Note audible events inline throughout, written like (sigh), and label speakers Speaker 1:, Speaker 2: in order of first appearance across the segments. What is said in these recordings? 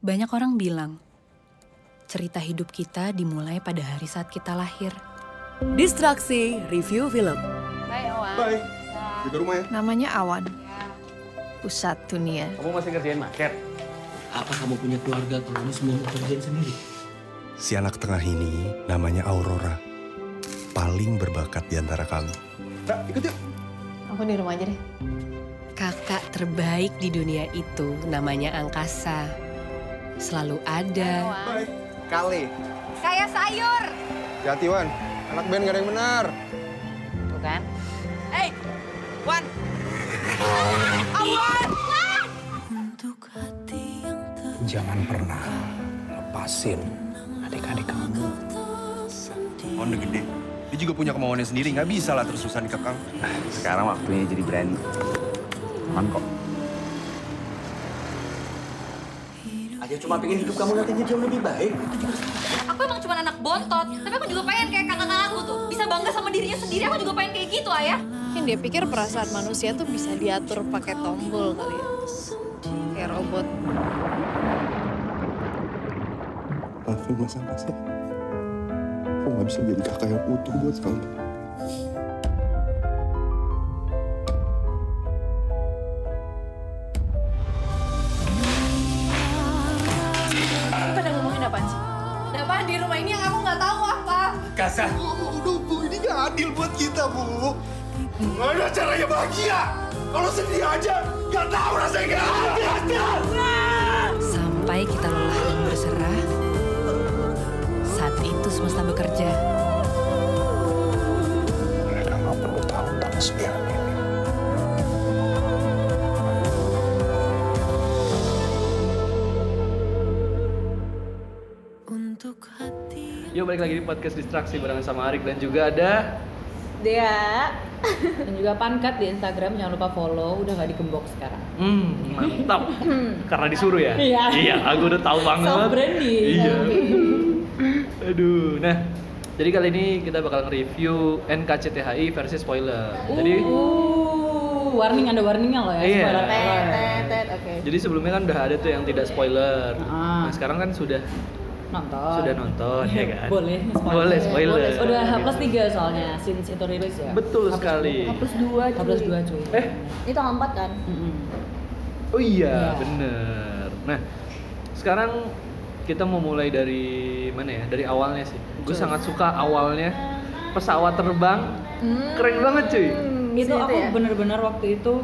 Speaker 1: Banyak orang bilang, cerita hidup kita dimulai pada hari saat kita lahir.
Speaker 2: Distraksi Review Film.
Speaker 3: Bye, Owan.
Speaker 4: Bye. Jaga rumah ya.
Speaker 5: Namanya Awan. Pusat dunia.
Speaker 6: Kamu masih ngerjain market?
Speaker 7: Apa kamu punya keluarga kalau kamu semua mau kerjain sendiri?
Speaker 8: Si anak tengah ini namanya Aurora. Paling berbakat di antara kami.
Speaker 4: Ra, ikut yuk.
Speaker 5: Aku di rumah aja deh.
Speaker 1: Kakak terbaik di dunia itu namanya Angkasa. Selalu ada.
Speaker 4: Bye. Kali.
Speaker 3: Kayak sayur.
Speaker 4: Jati Wan. Anak band gak ada yang benar.
Speaker 3: Bukan? Hey, Wan. Awan.
Speaker 7: Jangan pernah lepasin adik-adik kamu.
Speaker 8: Honda gede. Dia juga punya kemauannya sendiri. Nggak bisa lah terus-terusan dikekang.
Speaker 6: Sekarang waktunya jadi berani. Aman kok.
Speaker 7: Aja cuma pengen hidup kamu nantinya jauh lebih baik.
Speaker 3: Aku emang cuma anak bontot, tapi aku juga pengen kayak kakak-kakakku tuh. Bisa bangga sama dirinya sendiri, aku juga pengen kayak gitu, Ayah.
Speaker 5: Mungkin dia pikir perasaan manusia tuh bisa diatur pakai tombol kali ya. Kayak robot.
Speaker 4: Maafin masalah saya. Aku gak bisa jadi kakak yang utuh buat kamu.
Speaker 5: Pada ngomongin apaan sih? Ada apaan di rumah ini yang aku nggak tahu apa?
Speaker 6: Kasar.
Speaker 4: Bu, bu, bu, bu, ini gak adil buat kita, Bu. Gimana caranya bahagia? Kalau sedih aja, gak tahu rasanya gak adil.
Speaker 1: Sampai kita lelah dan berserah, saat itu semesta bekerja.
Speaker 7: Mereka nggak perlu tahu tentang sepihak ini.
Speaker 6: Yuk balik lagi di podcast distraksi bareng sama Arik dan juga ada
Speaker 9: Dea (laughs) dan juga Pankat di Instagram jangan lupa follow udah nggak digembok sekarang
Speaker 6: hmm, mantap
Speaker 9: (laughs)
Speaker 6: karena disuruh ya.
Speaker 9: Iya.
Speaker 6: aku udah tahu banget.
Speaker 9: self branding (laughs)
Speaker 6: Iya. Aduh, nah. Jadi kali ini kita bakal nge-review NKCTHI versi spoiler. Jadi
Speaker 9: uh, warning ada warningnya loh ya
Speaker 6: Iya.
Speaker 9: spoiler alert.
Speaker 5: Tet, tet, oke.
Speaker 6: jadi sebelumnya kan udah ada tuh yang tidak spoiler.
Speaker 9: Ah.
Speaker 6: Nah, sekarang kan sudah
Speaker 9: nonton
Speaker 6: sudah nonton ya kan.
Speaker 9: boleh spoiler.
Speaker 6: Boleh spoiler. Gitu.
Speaker 9: Boleh, udah H plus 3 soalnya since itu rilis ya
Speaker 6: Betul sekali.
Speaker 9: dua H plus 2 cuy
Speaker 6: Eh,
Speaker 5: Ini tanggal 4 kan?
Speaker 9: Mm-mm.
Speaker 6: Oh iya,
Speaker 9: Iya.
Speaker 6: bener. Nah, sekarang kita mau mulai dari mana ya? Dari awalnya sih. Gue sangat suka awalnya pesawat terbang,
Speaker 9: Hmm.
Speaker 6: keren banget cuy.
Speaker 1: Gitu,
Speaker 9: itu ya? aku bener-bener waktu itu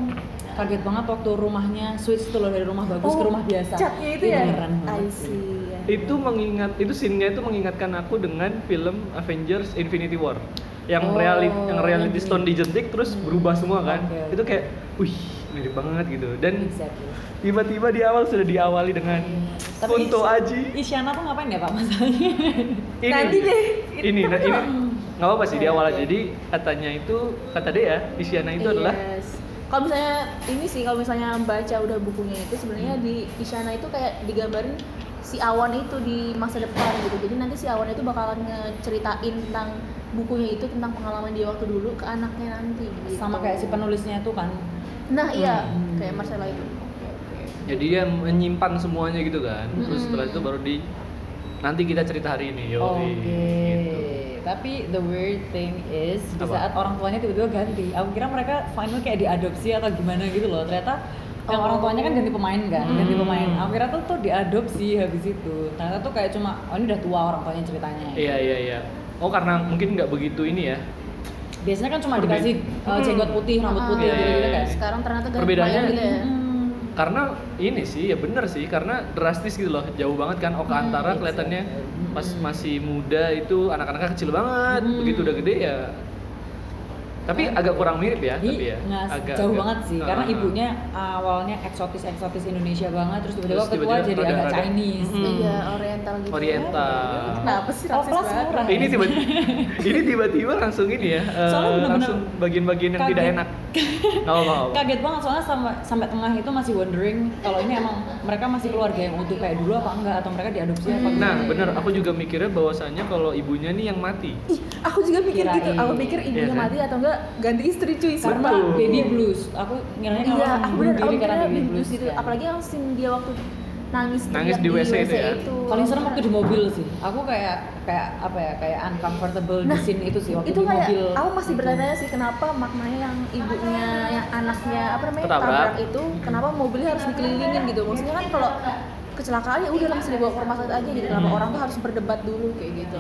Speaker 9: kaget banget waktu rumahnya switch tuh loh dari rumah bagus ke rumah biasa Iya,
Speaker 5: Catnya itu ya?
Speaker 9: beneran
Speaker 5: I
Speaker 9: banget.
Speaker 5: see.
Speaker 6: Itu mengingat, itu scene-nya itu mengingatkan aku dengan film Avengers Infinity War yang
Speaker 9: Oh,
Speaker 6: reali- yang reality
Speaker 9: yang
Speaker 6: stone dijentik terus berubah semua kan.
Speaker 9: Oke.
Speaker 6: Itu kayak, wih mirip banget gitu. Dan
Speaker 9: exactly.
Speaker 6: tiba-tiba di awal sudah diawali dengan
Speaker 9: Tapi
Speaker 6: Kunto
Speaker 9: Is-
Speaker 6: Aji.
Speaker 9: Isyana tuh ngapain ya pak masalahnya?
Speaker 6: ini
Speaker 5: Nanti deh.
Speaker 6: ini nah, ini nggak apa sih di awal jadi katanya itu kata dia Isyana
Speaker 9: Iya.
Speaker 6: itu adalah
Speaker 10: Yes. Kalau misalnya ini sih kalau misalnya baca udah bukunya itu sebenarnya
Speaker 9: Hmm.
Speaker 10: di Isyana itu kayak digambarin si awan itu di masa depan gitu. Jadi nanti si awan itu bakalan ngeceritain tentang bukunya itu tentang pengalaman dia waktu dulu ke anaknya nanti gitu.
Speaker 9: Sama kayak si penulisnya itu kan.
Speaker 10: Nah, iya,
Speaker 9: Hmm.
Speaker 10: kayak Marcella itu.
Speaker 6: jadi dia menyimpan semuanya gitu kan terus setelah itu baru di nanti kita cerita hari ini yo
Speaker 9: Oke.
Speaker 6: gitu
Speaker 9: Tapi the weird thing is di
Speaker 6: Apa?
Speaker 9: saat orang tuanya tiba-tiba ganti, aku kira mereka final kayak diadopsi atau gimana gitu loh. Ternyata yang orang tuanya kan ganti pemain kan, ganti
Speaker 6: Hmm.
Speaker 9: pemain. Aku kira tuh tuh diadopsi habis itu. Ternyata tuh kayak cuma oh ini udah tua orang tuanya ceritanya.
Speaker 6: iya iya iya oh karena mungkin nggak begitu ini ya
Speaker 9: Biasanya kan cuma
Speaker 6: Perbe-
Speaker 9: dikasih uh, jenggot putih, rambut
Speaker 10: Ah,
Speaker 9: putih
Speaker 6: iya,
Speaker 9: gitu gitu
Speaker 6: iya,
Speaker 9: kan.
Speaker 6: iya.
Speaker 10: Sekarang ternyata ganti
Speaker 6: Perbedaannya-
Speaker 10: mayat gitu ya.
Speaker 9: Hmm.
Speaker 6: karena ini sih ya bener sih karena drastis gitu loh jauh banget kan Oka
Speaker 9: Hmm, iya
Speaker 6: Antara kelihatannya pas masih muda itu anak-anaknya kecil banget
Speaker 9: Hmm.
Speaker 6: begitu udah gede ya tapi agak kurang mirip ya tapi
Speaker 9: Jadi
Speaker 6: ya
Speaker 9: Nah. nggak jauh
Speaker 6: agak-
Speaker 9: banget sih, karena
Speaker 6: Ah.
Speaker 9: ibunya awalnya eksotis-eksotis Indonesia banget, terus tiba-tiba
Speaker 6: Terus
Speaker 9: ketua
Speaker 6: tiba-tiba
Speaker 9: jadi agak
Speaker 6: rada-rada-
Speaker 9: Chinese.
Speaker 6: Mm.
Speaker 10: Iya, oriental gitu.
Speaker 6: Oriental.
Speaker 10: Kenapa sih
Speaker 9: Oh,
Speaker 10: rasis
Speaker 9: plus
Speaker 10: banget?
Speaker 9: murah.
Speaker 6: ini
Speaker 9: (laughs)
Speaker 6: tiba ini tiba-tiba langsung ini ya eh,
Speaker 9: Soalnya bener-bener
Speaker 6: langsung bagian-bagian yang tidak
Speaker 9: kaget. (laughs)
Speaker 6: enak nggak apa
Speaker 9: Kaget banget soalnya sampai sampai tengah itu masih wondering kalau ini emang mereka masih keluarga yang utuh kayak dulu apa enggak atau mereka diadopsi apa enggak.
Speaker 6: nah bener aku juga mikirnya bahwasannya kalau ibunya nih yang mati
Speaker 10: Ih, aku juga mikir gitu.
Speaker 9: Kirain.
Speaker 10: Aku pikir
Speaker 6: Iya
Speaker 10: ibunya
Speaker 6: kan?
Speaker 10: mati atau enggak ganti istri cuy.
Speaker 9: Karena
Speaker 6: Betul.
Speaker 9: baby blues, aku ngiranya kalau
Speaker 10: Iya,
Speaker 9: orang
Speaker 10: aku
Speaker 9: bunuh
Speaker 10: bener, aku
Speaker 9: diri karena
Speaker 10: kira
Speaker 9: baby blues
Speaker 10: gitu.
Speaker 9: kan.
Speaker 10: Apalagi yang scene dia waktu nangis
Speaker 6: Nangis
Speaker 10: teriak
Speaker 6: di WC itu ya?
Speaker 9: Paling serem waktu di mobil sih. Aku kayak kayak apa ya kayak uncomfortable di
Speaker 10: Nah,
Speaker 9: scene itu sih waktu
Speaker 10: itu
Speaker 9: di
Speaker 10: kayak
Speaker 9: mobil.
Speaker 10: aku masih bertanya sih kenapa maknanya yang ibunya yang anaknya apa namanya
Speaker 9: Ketabrak.
Speaker 10: tabrak itu kenapa mobilnya harus dikelilingin gitu maksudnya kan kalau kecelakaan ya udah langsung dibawa ke rumah sakit aja gitu kenapa
Speaker 6: Hmm.
Speaker 10: orang tuh harus berdebat dulu kayak gitu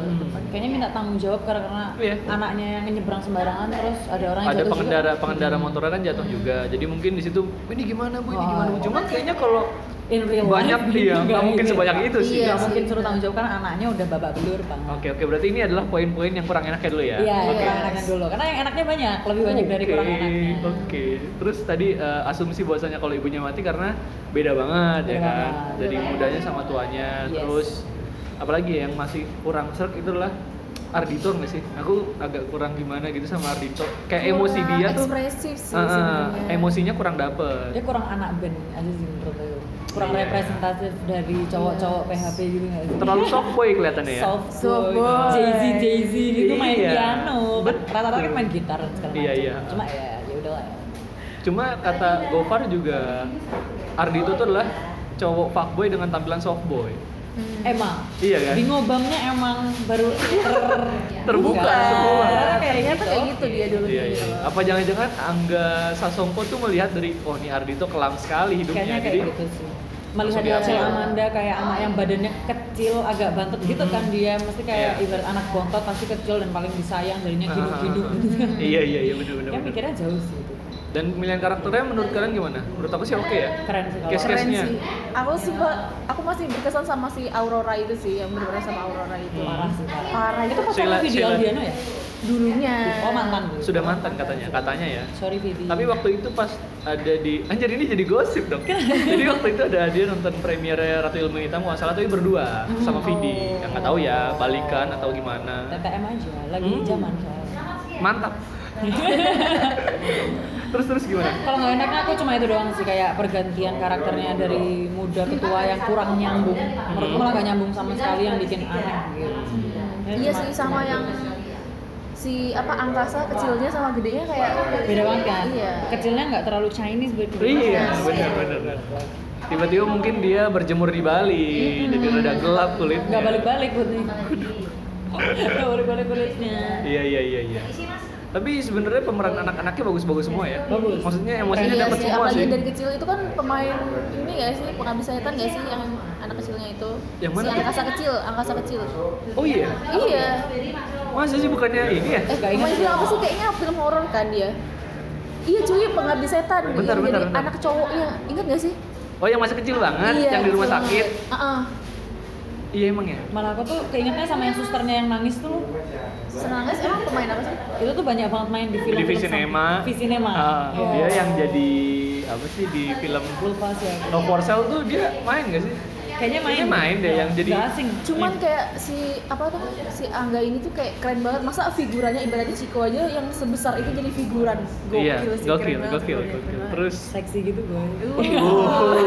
Speaker 9: Kayaknya minta tanggung jawab karena, karena anaknya yang nyebrang sembarangan terus ada orang yang
Speaker 6: Iya. ada
Speaker 9: jatuh
Speaker 6: pengendara
Speaker 9: juga.
Speaker 6: pengendara motornya kan jatuh juga jadi mungkin di situ ini gimana bu ini
Speaker 9: Wah. Iya,
Speaker 6: gimana bu cuma kayaknya kalau
Speaker 9: In real life
Speaker 6: banyak dia
Speaker 9: (laughs) nggak
Speaker 6: nggak mungkin
Speaker 9: ini.
Speaker 6: sebanyak itu sih
Speaker 9: Iya, mungkin suruh tanggung jawab karena anaknya udah babak belur bang.
Speaker 6: oke oke berarti ini adalah poin-poin yang kurang enaknya dulu ya
Speaker 9: Iya, yang
Speaker 6: oke
Speaker 9: kurang enaknya dulu. Karena yang enaknya banyak, lebih banyak dari
Speaker 6: Oke,
Speaker 9: kurang enaknya.
Speaker 6: Oke, terus tadi eh, asumsi bahwasanya kalau ibunya mati karena beda banget ya
Speaker 9: Beda
Speaker 6: kan,
Speaker 9: banget.
Speaker 6: dari mudanya sama tuanya.
Speaker 9: Yes.
Speaker 6: Terus apalagi ya yang masih kurang serk itu adalah Ardito nggak sih? Aku agak kurang gimana gitu sama Ardito. Kayak emosi
Speaker 10: Kurang
Speaker 6: dia tuh,
Speaker 10: ekspresif sih
Speaker 6: eh, eh,
Speaker 10: sebenarnya.
Speaker 6: emosinya kurang dapet.
Speaker 9: Dia kurang anak band aja sih menurut aku. Kurang
Speaker 6: Iya.
Speaker 9: representatif dari cowok-cowok PHP gitu nggak sih?
Speaker 6: Terlalu soft boy kelihatannya ya.
Speaker 9: Soft
Speaker 6: Soft
Speaker 9: boy,
Speaker 6: boy.
Speaker 9: Jay Z Jay Z gitu main
Speaker 6: Iya.
Speaker 9: piano. Kan Rata-rata kan main gitar sekarang.
Speaker 6: Iya, iya.
Speaker 9: Cuma ya ya udahlah ya.
Speaker 6: Cuma kata Gofar juga Ardito tuh adalah cowok fuckboy dengan tampilan softboy.
Speaker 10: Hmm.
Speaker 9: Emang
Speaker 6: Iya kan?
Speaker 9: di ngobamnya emang
Speaker 6: (laughs)
Speaker 9: baru ter-
Speaker 6: Terbuka semua.
Speaker 9: Kayaknya tuh kayak gitu dia dulu.
Speaker 6: Iya, iya. Apa jangan-jangan Angga Sasongko tuh melihat dari oh nih Ardito kelam sekali
Speaker 9: Kayaknya
Speaker 6: hidupnya.
Speaker 9: kayak
Speaker 6: Jadi Ah,
Speaker 9: gitu sih. Melihat Rachel Amanda kayak anak yang badannya kecil, agak bantet gitu kan dia Mesti kayak
Speaker 6: Iya.
Speaker 9: ibarat anak bontot pasti kecil dan paling disayang jadinya gini-gini
Speaker 6: Ah, ah, ah.
Speaker 9: gitu (laughs) kan
Speaker 6: Iya, iya, iya benar benar.
Speaker 9: Ya
Speaker 6: benar.
Speaker 9: mikirnya jauh sih itu
Speaker 6: Dan pemilihan karakternya menurut kalian gimana? Menurut aku sih oke ya.
Speaker 9: Keren sih kalau
Speaker 10: Keren
Speaker 6: Case-case-nya.
Speaker 10: sih. Aku sih ba- aku masih berkesan sama si Aurora itu sih yang bener sama Aurora itu.
Speaker 6: Hmm. Parah sih, parah.
Speaker 10: Parah.
Speaker 9: Itu pacarnya
Speaker 6: Sheila-
Speaker 9: Vidi
Speaker 6: Sheila-
Speaker 9: Aldiano ya?
Speaker 10: Dulunya.
Speaker 9: Oh mantan dulu.
Speaker 6: Sudah mantan katanya, katanya ya.
Speaker 9: Sorry Vidi
Speaker 6: Tapi waktu itu pas ada di anjir ini jadi gosip dong. jadi waktu itu ada dia nonton premiere Ratu Ilmu Hitam kalau nggak salah tapi berdua
Speaker 10: Oh.
Speaker 6: sama Vidi. Yang nggak tahu ya balikan atau gimana.
Speaker 9: TTM aja, lagi
Speaker 6: Hmm.
Speaker 9: zaman soalnya
Speaker 10: (laughs)
Speaker 6: Mantap. terus terus gimana?
Speaker 9: Kalau nggak enaknya aku cuma itu doang sih kayak pergantian karakternya dari muda ke tua yang kurang nyambung. Menurutku malah nggak nyambung sama sekali yang bikin aneh gitu.
Speaker 10: Iya sih sama yang si apa angkasa kecilnya sama gedenya kayak
Speaker 9: beda banget kan.
Speaker 10: Iya.
Speaker 9: Kecilnya nggak terlalu Chinese buat kita.
Speaker 6: Iya, benar benar. Tiba-tiba mungkin dia berjemur di Bali,
Speaker 10: Hmm.
Speaker 6: jadi rada gelap kulitnya.
Speaker 9: Nggak balik-balik buat nih. Nggak balik-balik kulitnya.
Speaker 6: Iya iya iya iya. Tapi sebenarnya pemeran anak-anaknya bagus-bagus semua ya.
Speaker 9: Bagus.
Speaker 6: Maksudnya emosinya
Speaker 10: Iya
Speaker 6: dapat
Speaker 10: sih,
Speaker 6: semua
Speaker 10: apalagi
Speaker 6: sih.
Speaker 10: dari kecil itu kan pemain ini ya sih pengabdi setan ya sih yang anak kecilnya itu
Speaker 6: Yang mana
Speaker 10: si
Speaker 6: tuh?
Speaker 10: angkasa kecil angkasa kecil
Speaker 6: Oh iya.
Speaker 10: iya
Speaker 6: Masa sih bukannya ini ya?
Speaker 10: eh pemain film apa sih kayaknya film horor kan dia iya cuy pengabdi setan
Speaker 6: Bentar,
Speaker 10: Yang
Speaker 6: bentar,
Speaker 10: jadi
Speaker 6: bentar.
Speaker 10: anak cowoknya ingat gak sih
Speaker 6: Oh yang masih kecil banget,
Speaker 10: Iya,
Speaker 6: yang di rumah
Speaker 10: betul.
Speaker 6: sakit.
Speaker 10: Ah, ah.
Speaker 6: Iya emang ya.
Speaker 9: Malah aku tuh keingetnya sama yang susternya yang nangis tuh.
Speaker 10: Senangnya emang pemain apa sih?
Speaker 9: Itu tuh banyak banget main di film.
Speaker 6: Di Visinema.
Speaker 9: Visinema.
Speaker 6: Ah,
Speaker 9: Iya.
Speaker 6: Dia yang jadi apa sih di film
Speaker 9: Lupa sih aku.
Speaker 6: No For Sale tuh dia main gak sih?
Speaker 9: Kayaknya main.
Speaker 6: Kayaknya main deh yang jadi-
Speaker 9: Nggak asing.
Speaker 10: cuman
Speaker 6: Iya.
Speaker 10: kayak si apa tuh si Angga ini tuh kayak keren banget masa figurannya ibaratnya Ciko aja yang sebesar itu jadi figuran gokil
Speaker 6: iya,
Speaker 10: sih
Speaker 6: gokil,
Speaker 10: keren banget
Speaker 6: gokil,
Speaker 10: figurnya,
Speaker 6: gokil.
Speaker 10: keren
Speaker 6: Terus
Speaker 9: seksi gitu gue.
Speaker 10: banget.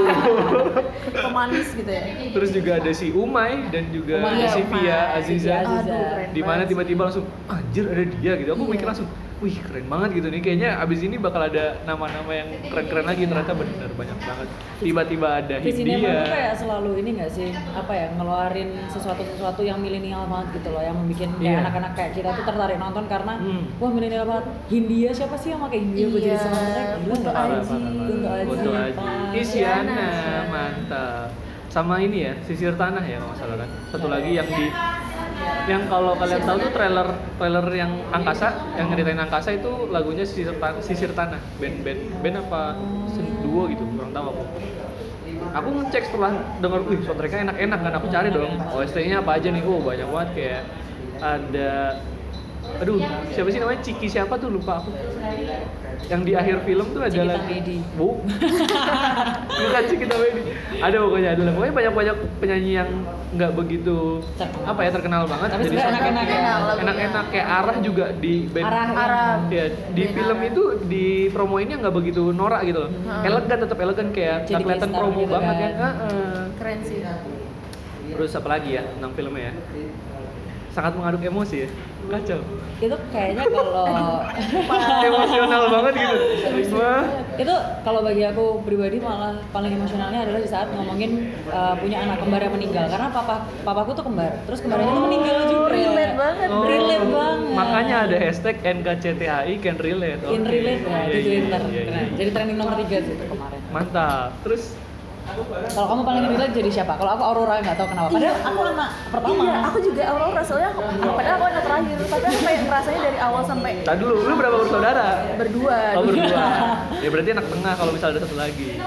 Speaker 10: (laughs) pemanis gitu ya
Speaker 6: Terus juga ada si Umay dan juga
Speaker 10: Umay,
Speaker 6: ada si
Speaker 10: Umay. Iya,
Speaker 6: Via Aziza.
Speaker 10: Aduh, keren
Speaker 6: di mana tiba-tiba langsung anjir ada dia gitu.
Speaker 10: Iya.
Speaker 6: Aku mikir langsung, wih keren banget gitu nih. Kayaknya abis ini bakal ada nama-nama yang keren-keren lagi. Ternyata bener banyak banget. Tiba-tiba ada
Speaker 9: Di Cinema
Speaker 6: Hindia.
Speaker 9: tuh kayak selalu ini nggak sih apa ya ngeluarin sesuatu-sesuatu yang milenial banget gitu loh yang bikin kayak
Speaker 6: Iya.
Speaker 9: anak-anak kayak kita tuh tertarik nonton karena
Speaker 6: Hmm.
Speaker 9: wah milenial banget Hindia siapa sih yang pakai Hindia gue jadi
Speaker 10: Iya,
Speaker 9: soundtrack gila
Speaker 10: Kunto
Speaker 9: nggak?
Speaker 6: Parah, parah, parah.
Speaker 9: Kunto Aji Iya.
Speaker 6: Kunto Aji. Iya.
Speaker 9: Pak.
Speaker 6: Isyana, mantap. Sama ini ya, sisir tanah ya kalau nggak salah kan. Satu
Speaker 9: Iya.
Speaker 6: lagi yang di yang kalau kalian tahu tuh trailer trailer yang angkasa yang ngeritain angkasa itu lagunya sisir tanah sisir tanah band band band apa sen- duo gitu kurang tahu aku aku ngecek setelah denger wih soundtracknya enak-enak kan aku cari dong OST-nya apa aja nih oh banyak banget kayak ada aduh siapa sih namanya Ciki siapa tuh lupa aku yang di akhir film tuh ada
Speaker 9: Cikita
Speaker 6: lagi
Speaker 9: Medi. (laughs)
Speaker 6: bu bukan Cikita Medi ada pokoknya ada lah. pokoknya banyak banyak penyanyi yang nggak begitu apa ya terkenal banget
Speaker 9: Tapi sebenarnya
Speaker 6: soundtrack-
Speaker 9: enak-enak ya lagunya.
Speaker 6: enak-enak kayak arah juga di band
Speaker 9: Arah.
Speaker 10: Arah.
Speaker 6: ya di film itu di promoinnya nggak begitu norak gitu loh
Speaker 10: Hmm.
Speaker 6: elegan tetap elegan kayak nggak
Speaker 9: Jadi
Speaker 6: kelihatan
Speaker 9: western
Speaker 6: promo
Speaker 9: gitu
Speaker 6: banget
Speaker 9: kan.
Speaker 6: kan Heeh.
Speaker 10: keren sih
Speaker 6: terus apa lagi ya tentang filmnya ya sangat mengaduk emosi ya kacau
Speaker 9: itu kayaknya kalau (laughs)
Speaker 6: emosional banget gitu Wah.
Speaker 9: itu kalau bagi aku pribadi malah paling emosionalnya adalah di saat ngomongin uh, punya anak kembar yang meninggal karena papa papaku tuh kembar terus kembarannya tuh meninggal juga
Speaker 10: relate banget.
Speaker 6: Oh.
Speaker 9: relate banget
Speaker 6: makanya ada hashtag NKCTHI can relate
Speaker 9: in
Speaker 6: Oke.
Speaker 9: relate ya,
Speaker 6: Iya,
Speaker 9: di
Speaker 6: iya,
Speaker 9: Twitter
Speaker 6: iya, iya.
Speaker 9: Nah, jadi trending nomor tiga sih itu kemarin
Speaker 6: mantap terus
Speaker 9: kalau kamu paling relate jadi siapa kalau aku Aurora nggak tahu kenapa padahal aku anak pertama
Speaker 10: Iya, aku juga Aurora soalnya aku, padahal aku anak terakhir, tapi aku kayak ngerasanya dari awal sampai
Speaker 6: Tadi dulu, lu berapa bersaudara?
Speaker 10: berdua.
Speaker 6: Oh berdua. ya berarti anak tengah kalau misalnya ada satu lagi.
Speaker 9: Gitu.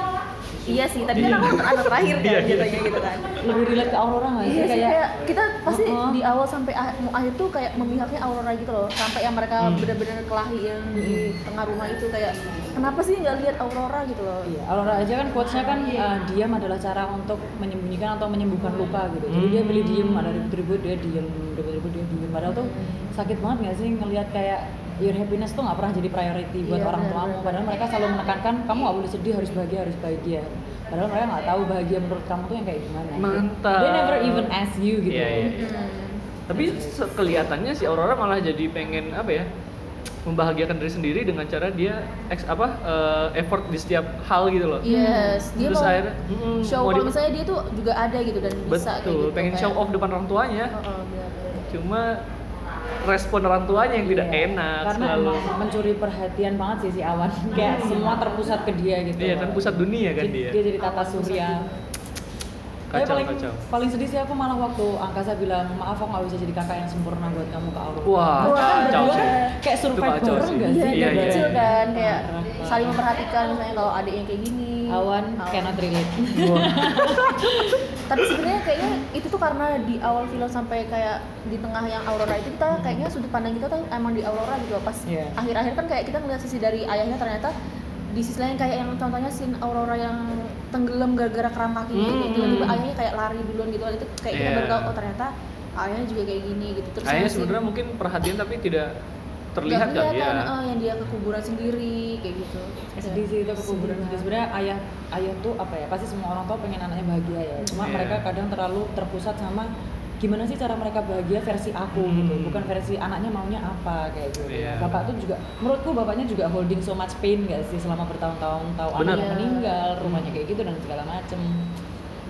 Speaker 10: Iya sih, tapi kan aku anak terakhir kan
Speaker 6: Iya, iya.
Speaker 10: jatuhnya gitu kan.
Speaker 9: lebih relate ke Aurora nggak sih
Speaker 10: Iya sih,
Speaker 9: kayak
Speaker 10: kayak kita pasti
Speaker 9: Uh-uh.
Speaker 10: di awal sampai ah- mau akhir tuh kayak memihaknya Aurora gitu loh sampai yang mereka
Speaker 6: Hmm.
Speaker 10: benar-benar kelahi yang di tengah rumah itu kayak kenapa sih nggak lihat Aurora gitu loh
Speaker 9: Iya, Aurora aja kan quotes-nya kan
Speaker 10: Iya.
Speaker 9: uh, diam adalah cara untuk menyembunyikan atau menyembuhkan luka gitu. Jadi
Speaker 6: Hmm.
Speaker 9: dia milih diem, ada ribut-ribut dia diem, ribut-ribut dia diem. Padahal tuh sakit banget gak sih ngelihat kayak your happiness tuh nggak pernah jadi priority buat
Speaker 10: Iya,
Speaker 9: orang
Speaker 10: benar,
Speaker 9: tuamu.
Speaker 10: benar.
Speaker 9: Padahal mereka selalu menekankan kamu nggak boleh sedih, harus bahagia, harus bahagia. Padahal mereka nggak tahu bahagia menurut kamu tuh yang kayak gimana. gitu.
Speaker 6: Mantap.
Speaker 9: They never even ask you gitu.
Speaker 6: Iya, iya, iya.
Speaker 10: Hmm.
Speaker 6: Tapi se- kelihatannya si Aurora malah jadi pengen apa ya? membahagiakan diri sendiri dengan cara dia ex apa eh, effort di setiap hal gitu loh.
Speaker 10: Iya, yes dia
Speaker 6: Terus
Speaker 10: mau
Speaker 6: akhirnya, mm,
Speaker 10: show
Speaker 6: mau
Speaker 10: kalau
Speaker 6: di-
Speaker 10: misalnya dia tuh juga ada gitu dan bisa kayak
Speaker 6: Betul,
Speaker 10: gitu
Speaker 6: pengen
Speaker 10: kayak-
Speaker 6: show off depan orang tuanya.
Speaker 10: Uh-uh, benar-benar.
Speaker 6: Cuma respon orang tuanya yang tidak
Speaker 9: Iya.
Speaker 6: enak
Speaker 9: Karena
Speaker 6: selalu. Hmm.
Speaker 9: emang mencuri perhatian banget sih si awan. (laughs) kayak semua terpusat ke dia gitu.
Speaker 6: Iya kan pusat dunia kan
Speaker 9: Jadi-
Speaker 6: dia.
Speaker 9: dia jadi tata surya. Tapi
Speaker 6: Kacau,
Speaker 9: paling,
Speaker 6: kacau.
Speaker 9: paling sedih sih aku malah waktu angkasa bilang maaf aku nggak bisa jadi kakak yang sempurna buat kamu ke Aurora.
Speaker 6: Wah, kacau
Speaker 9: Berdua
Speaker 6: sih.
Speaker 9: kan kayak survive
Speaker 6: kacau
Speaker 9: bareng
Speaker 6: sih.
Speaker 9: nggak
Speaker 10: Iya,
Speaker 9: sih?
Speaker 6: Iya,
Speaker 10: dari
Speaker 6: iya, ah.
Speaker 10: kecil
Speaker 6: iya.
Speaker 10: kan kayak saling memperhatikan misalnya kalau adiknya kayak gini
Speaker 9: Awan cannot relate.
Speaker 6: (laughs)
Speaker 10: tapi sebenarnya kayaknya itu tuh karena di awal film sampai kayak di tengah yang Aurora itu
Speaker 6: Hmm.
Speaker 10: kita kayaknya sudut pandang kita tuh emang di Aurora gitu loh. pas
Speaker 9: Iya.
Speaker 10: akhir-akhir kan kayak kita ngeliat sisi dari ayahnya ternyata di sisi lain kayak yang contohnya scene Aurora yang tenggelam gara-gara kram kaki gitu
Speaker 6: Hmm.
Speaker 10: tiba-tiba ayahnya kayak lari duluan gitu itu kayak kita
Speaker 6: Iya.
Speaker 10: baru tahu oh ternyata ayahnya juga kayak gini gitu terus
Speaker 6: Kayaknya
Speaker 10: yang scene-
Speaker 6: sebenarnya mungkin perhatian tapi tidak
Speaker 10: nggak
Speaker 6: terlihat kali ya.
Speaker 10: kelihatan, eh, yang dia ke kuburan sendiri kayak gitu
Speaker 9: sedih sih itu kekuburan sedih sebenarnya ayah ayah tuh apa ya pasti semua orang tua pengen anaknya bahagia ya cuma
Speaker 6: Iya.
Speaker 9: mereka kadang terlalu terpusat sama gimana sih cara mereka bahagia versi aku gitu
Speaker 6: Hmm.
Speaker 9: bukan versi anaknya maunya apa kayak gitu
Speaker 6: Iya.
Speaker 9: bapak tuh juga menurutku bapaknya juga holding so much pain gak sih selama bertahun-tahun tahu
Speaker 6: Bener.
Speaker 9: anaknya meninggal rumahnya kayak gitu dan segala macem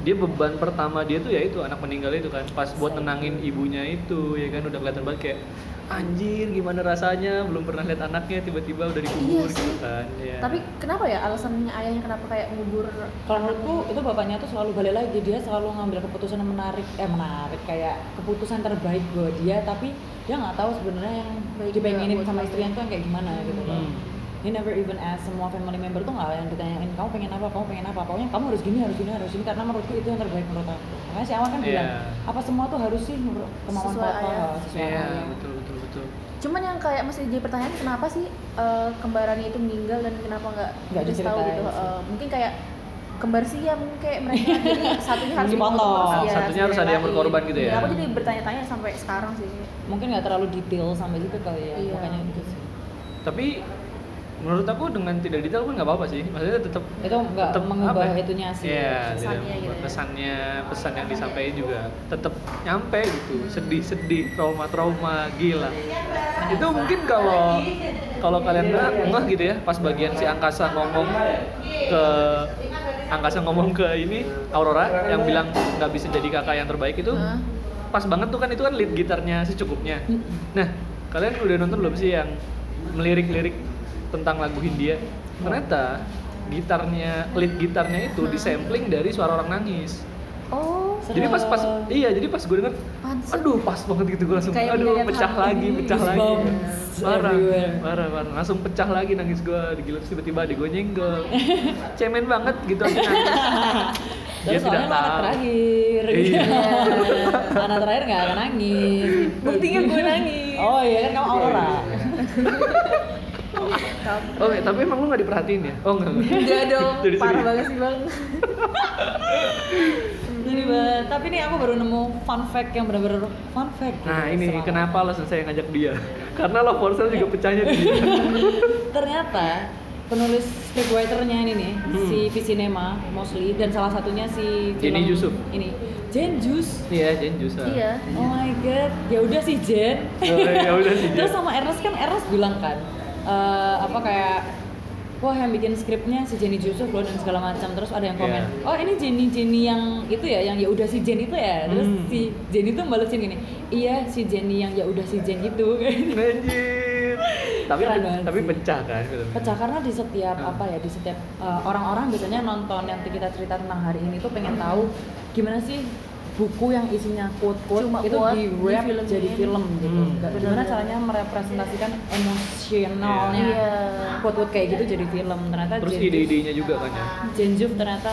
Speaker 6: Dia beban pertama dia tuh ya itu anak meninggal itu kan pas buat nenangin ibunya itu ya kan udah kelihatan banget kayak anjir gimana rasanya belum pernah lihat anaknya tiba-tiba udah dikubur
Speaker 10: Iya sih.
Speaker 6: gitu kan. Iya.
Speaker 10: tapi kenapa ya alasannya ayahnya kenapa kayak ngubur
Speaker 9: kalau menurutku itu bapaknya tuh selalu balik lagi dia selalu ngambil keputusan yang menarik eh menarik kayak keputusan terbaik buat dia tapi dia nggak tahu sebenarnya yang
Speaker 10: Baik
Speaker 9: dipengenin
Speaker 10: nggak buat
Speaker 9: sama
Speaker 10: dia.
Speaker 9: istrinya tuh yang kayak gimana gitu loh
Speaker 6: Hmm.
Speaker 9: He never even ask semua family member tuh nggak ada yang ditanyain kamu pengen apa, kamu pengen apa, pokoknya kamu harus gini, harus gini, harus gini karena menurutku itu yang terbaik menurut aku. Makanya si Awan kan
Speaker 6: Iya.
Speaker 9: bilang apa semua tuh harus sih menurut kemauan
Speaker 10: Sesuai
Speaker 9: papa
Speaker 10: ayah.
Speaker 9: sesuai
Speaker 6: Iya,
Speaker 9: ayah.
Speaker 6: betul betul betul.
Speaker 10: Cuman yang kayak masih jadi pertanyaan kenapa sih eh, kembarannya itu meninggal dan kenapa nggak
Speaker 9: Nggak
Speaker 10: dikasih tahu
Speaker 9: diceritain
Speaker 10: gitu?
Speaker 9: sih.
Speaker 10: Eh, mungkin kayak kembar siam kayak mereka jadi satunya harus
Speaker 9: Dipotong.
Speaker 10: dipotong, iya,
Speaker 6: Satunya harus ada yang
Speaker 10: direlain.
Speaker 6: berkorban gitu ya?
Speaker 10: Iya, Aku jadi bertanya-tanya sampai sekarang sih.
Speaker 9: Mungkin nggak terlalu detail sampai situ kali ya,
Speaker 10: Iya.
Speaker 9: makanya itu sih.
Speaker 6: Tapi menurut aku dengan tidak detail pun nggak apa-apa sih. Maksudnya tetap
Speaker 9: Itu nggak
Speaker 6: Tetep
Speaker 9: mengubah
Speaker 6: apa ya?
Speaker 9: itunya sih.
Speaker 6: Iya,
Speaker 10: pesannya
Speaker 6: tidak
Speaker 10: gitu ya.
Speaker 6: pesannya pesan yang disampaikan juga tetap nyampe gitu. Sedih-sedih, trauma-trauma, gila. Itu mungkin kalau kalau kalian nggak ngeh gitu ya, pas bagian si angkasa ngomong ke angkasa ngomong ke ini Aurora yang bilang nggak bisa jadi kakak yang terbaik itu
Speaker 10: Hah?
Speaker 6: pas banget tuh kan itu kan lead gitarnya secukupnya. Nah, kalian udah nonton belum sih yang melirik-lirik tentang lagu Hindia? Ternyata gitarnya lead gitarnya itu disampling dari suara orang nangis.
Speaker 10: Oh,
Speaker 6: Jadi pas pas iya, jadi pas gue denger
Speaker 10: pantes.
Speaker 6: aduh pas banget gitu gue langsung
Speaker 10: Kayak
Speaker 6: aduh
Speaker 10: menyayat
Speaker 6: pecah
Speaker 10: hati.
Speaker 6: lagi, pecah lagi.
Speaker 9: Goosebumps
Speaker 6: Parah,
Speaker 9: everywhere.
Speaker 6: parah, parah. Langsung pecah lagi nangis gue, gila terus tiba-tiba adik gue
Speaker 9: (laughs)
Speaker 6: nyenggol. Cemen banget gitu aja nangis. Dia
Speaker 9: Terus
Speaker 6: tidak
Speaker 9: soalnya lu anak
Speaker 6: tahu.
Speaker 9: terakhir.
Speaker 6: Iya.
Speaker 9: (laughs) anak terakhir nggak akan nangis.
Speaker 10: Buktinya gue nangis.
Speaker 9: Oh iya kan kamu Aurora.
Speaker 6: Iya. Oke, Oh, eh, tapi emang lu gak diperhatiin ya? Oh enggak. enggak.
Speaker 10: Enggak dong,
Speaker 6: Jadi Nah.
Speaker 10: parah
Speaker 6: sedih.
Speaker 10: banget sih bang.
Speaker 9: Sedih banget. Tapi nih aku baru nemu fun fact yang benar-benar fun fact. gitu,
Speaker 6: Nah ini
Speaker 9: semalam.
Speaker 6: (laughs) kenapa alasan saya ngajak dia? Karena lo Forcel juga pecahnya di dia.
Speaker 9: Ternyata penulis scriptwriternya ini nih
Speaker 6: Hmm.
Speaker 9: si Visinema mostly dan salah satunya si film
Speaker 6: Jenny Yusuf.
Speaker 9: ini Jen Jus
Speaker 6: Iya, Jen Jusa.
Speaker 9: Oh my god, ya udah sih Jen.
Speaker 6: Oh, ya udah
Speaker 9: (laughs)
Speaker 6: sih, Jen.
Speaker 9: Terus sama Ernest kan Ernest bilang kan, eh, apa kayak wah yang bikin skripnya si Jenny Yusuf loh dan segala macam. Terus ada yang komen,
Speaker 6: Iya.
Speaker 9: oh ini Jenny Jenny yang itu ya, yang ya udah si Jen itu ya. Terus
Speaker 6: Hmm.
Speaker 9: si Jenny tuh balesin gini, iya si Jenny yang ya udah si Jen itu. (laughs)
Speaker 6: Anjir. Tapi
Speaker 9: Keren banget
Speaker 6: tapi
Speaker 9: sih.
Speaker 6: pecah kan filmnya.
Speaker 9: pecah karena di setiap
Speaker 6: Hmm.
Speaker 9: apa ya di setiap uh, orang-orang biasanya nonton yang kita cerita tentang hari ini tuh pengen tahu gimana sih buku yang isinya quote-quote
Speaker 10: Cuma
Speaker 9: itu
Speaker 10: quote,
Speaker 9: di wrap
Speaker 10: difilmin.
Speaker 9: jadi film gitu
Speaker 6: Hmm.
Speaker 9: Gak-
Speaker 10: Bener-bener.
Speaker 9: gimana caranya merepresentasikan emosionalnya
Speaker 10: Iya.
Speaker 9: quote-quote kayak gitu jadi film ternyata
Speaker 6: Terus
Speaker 9: Jenjuf-
Speaker 6: ide-idenya juga kan ya.
Speaker 9: Jenjuf ternyata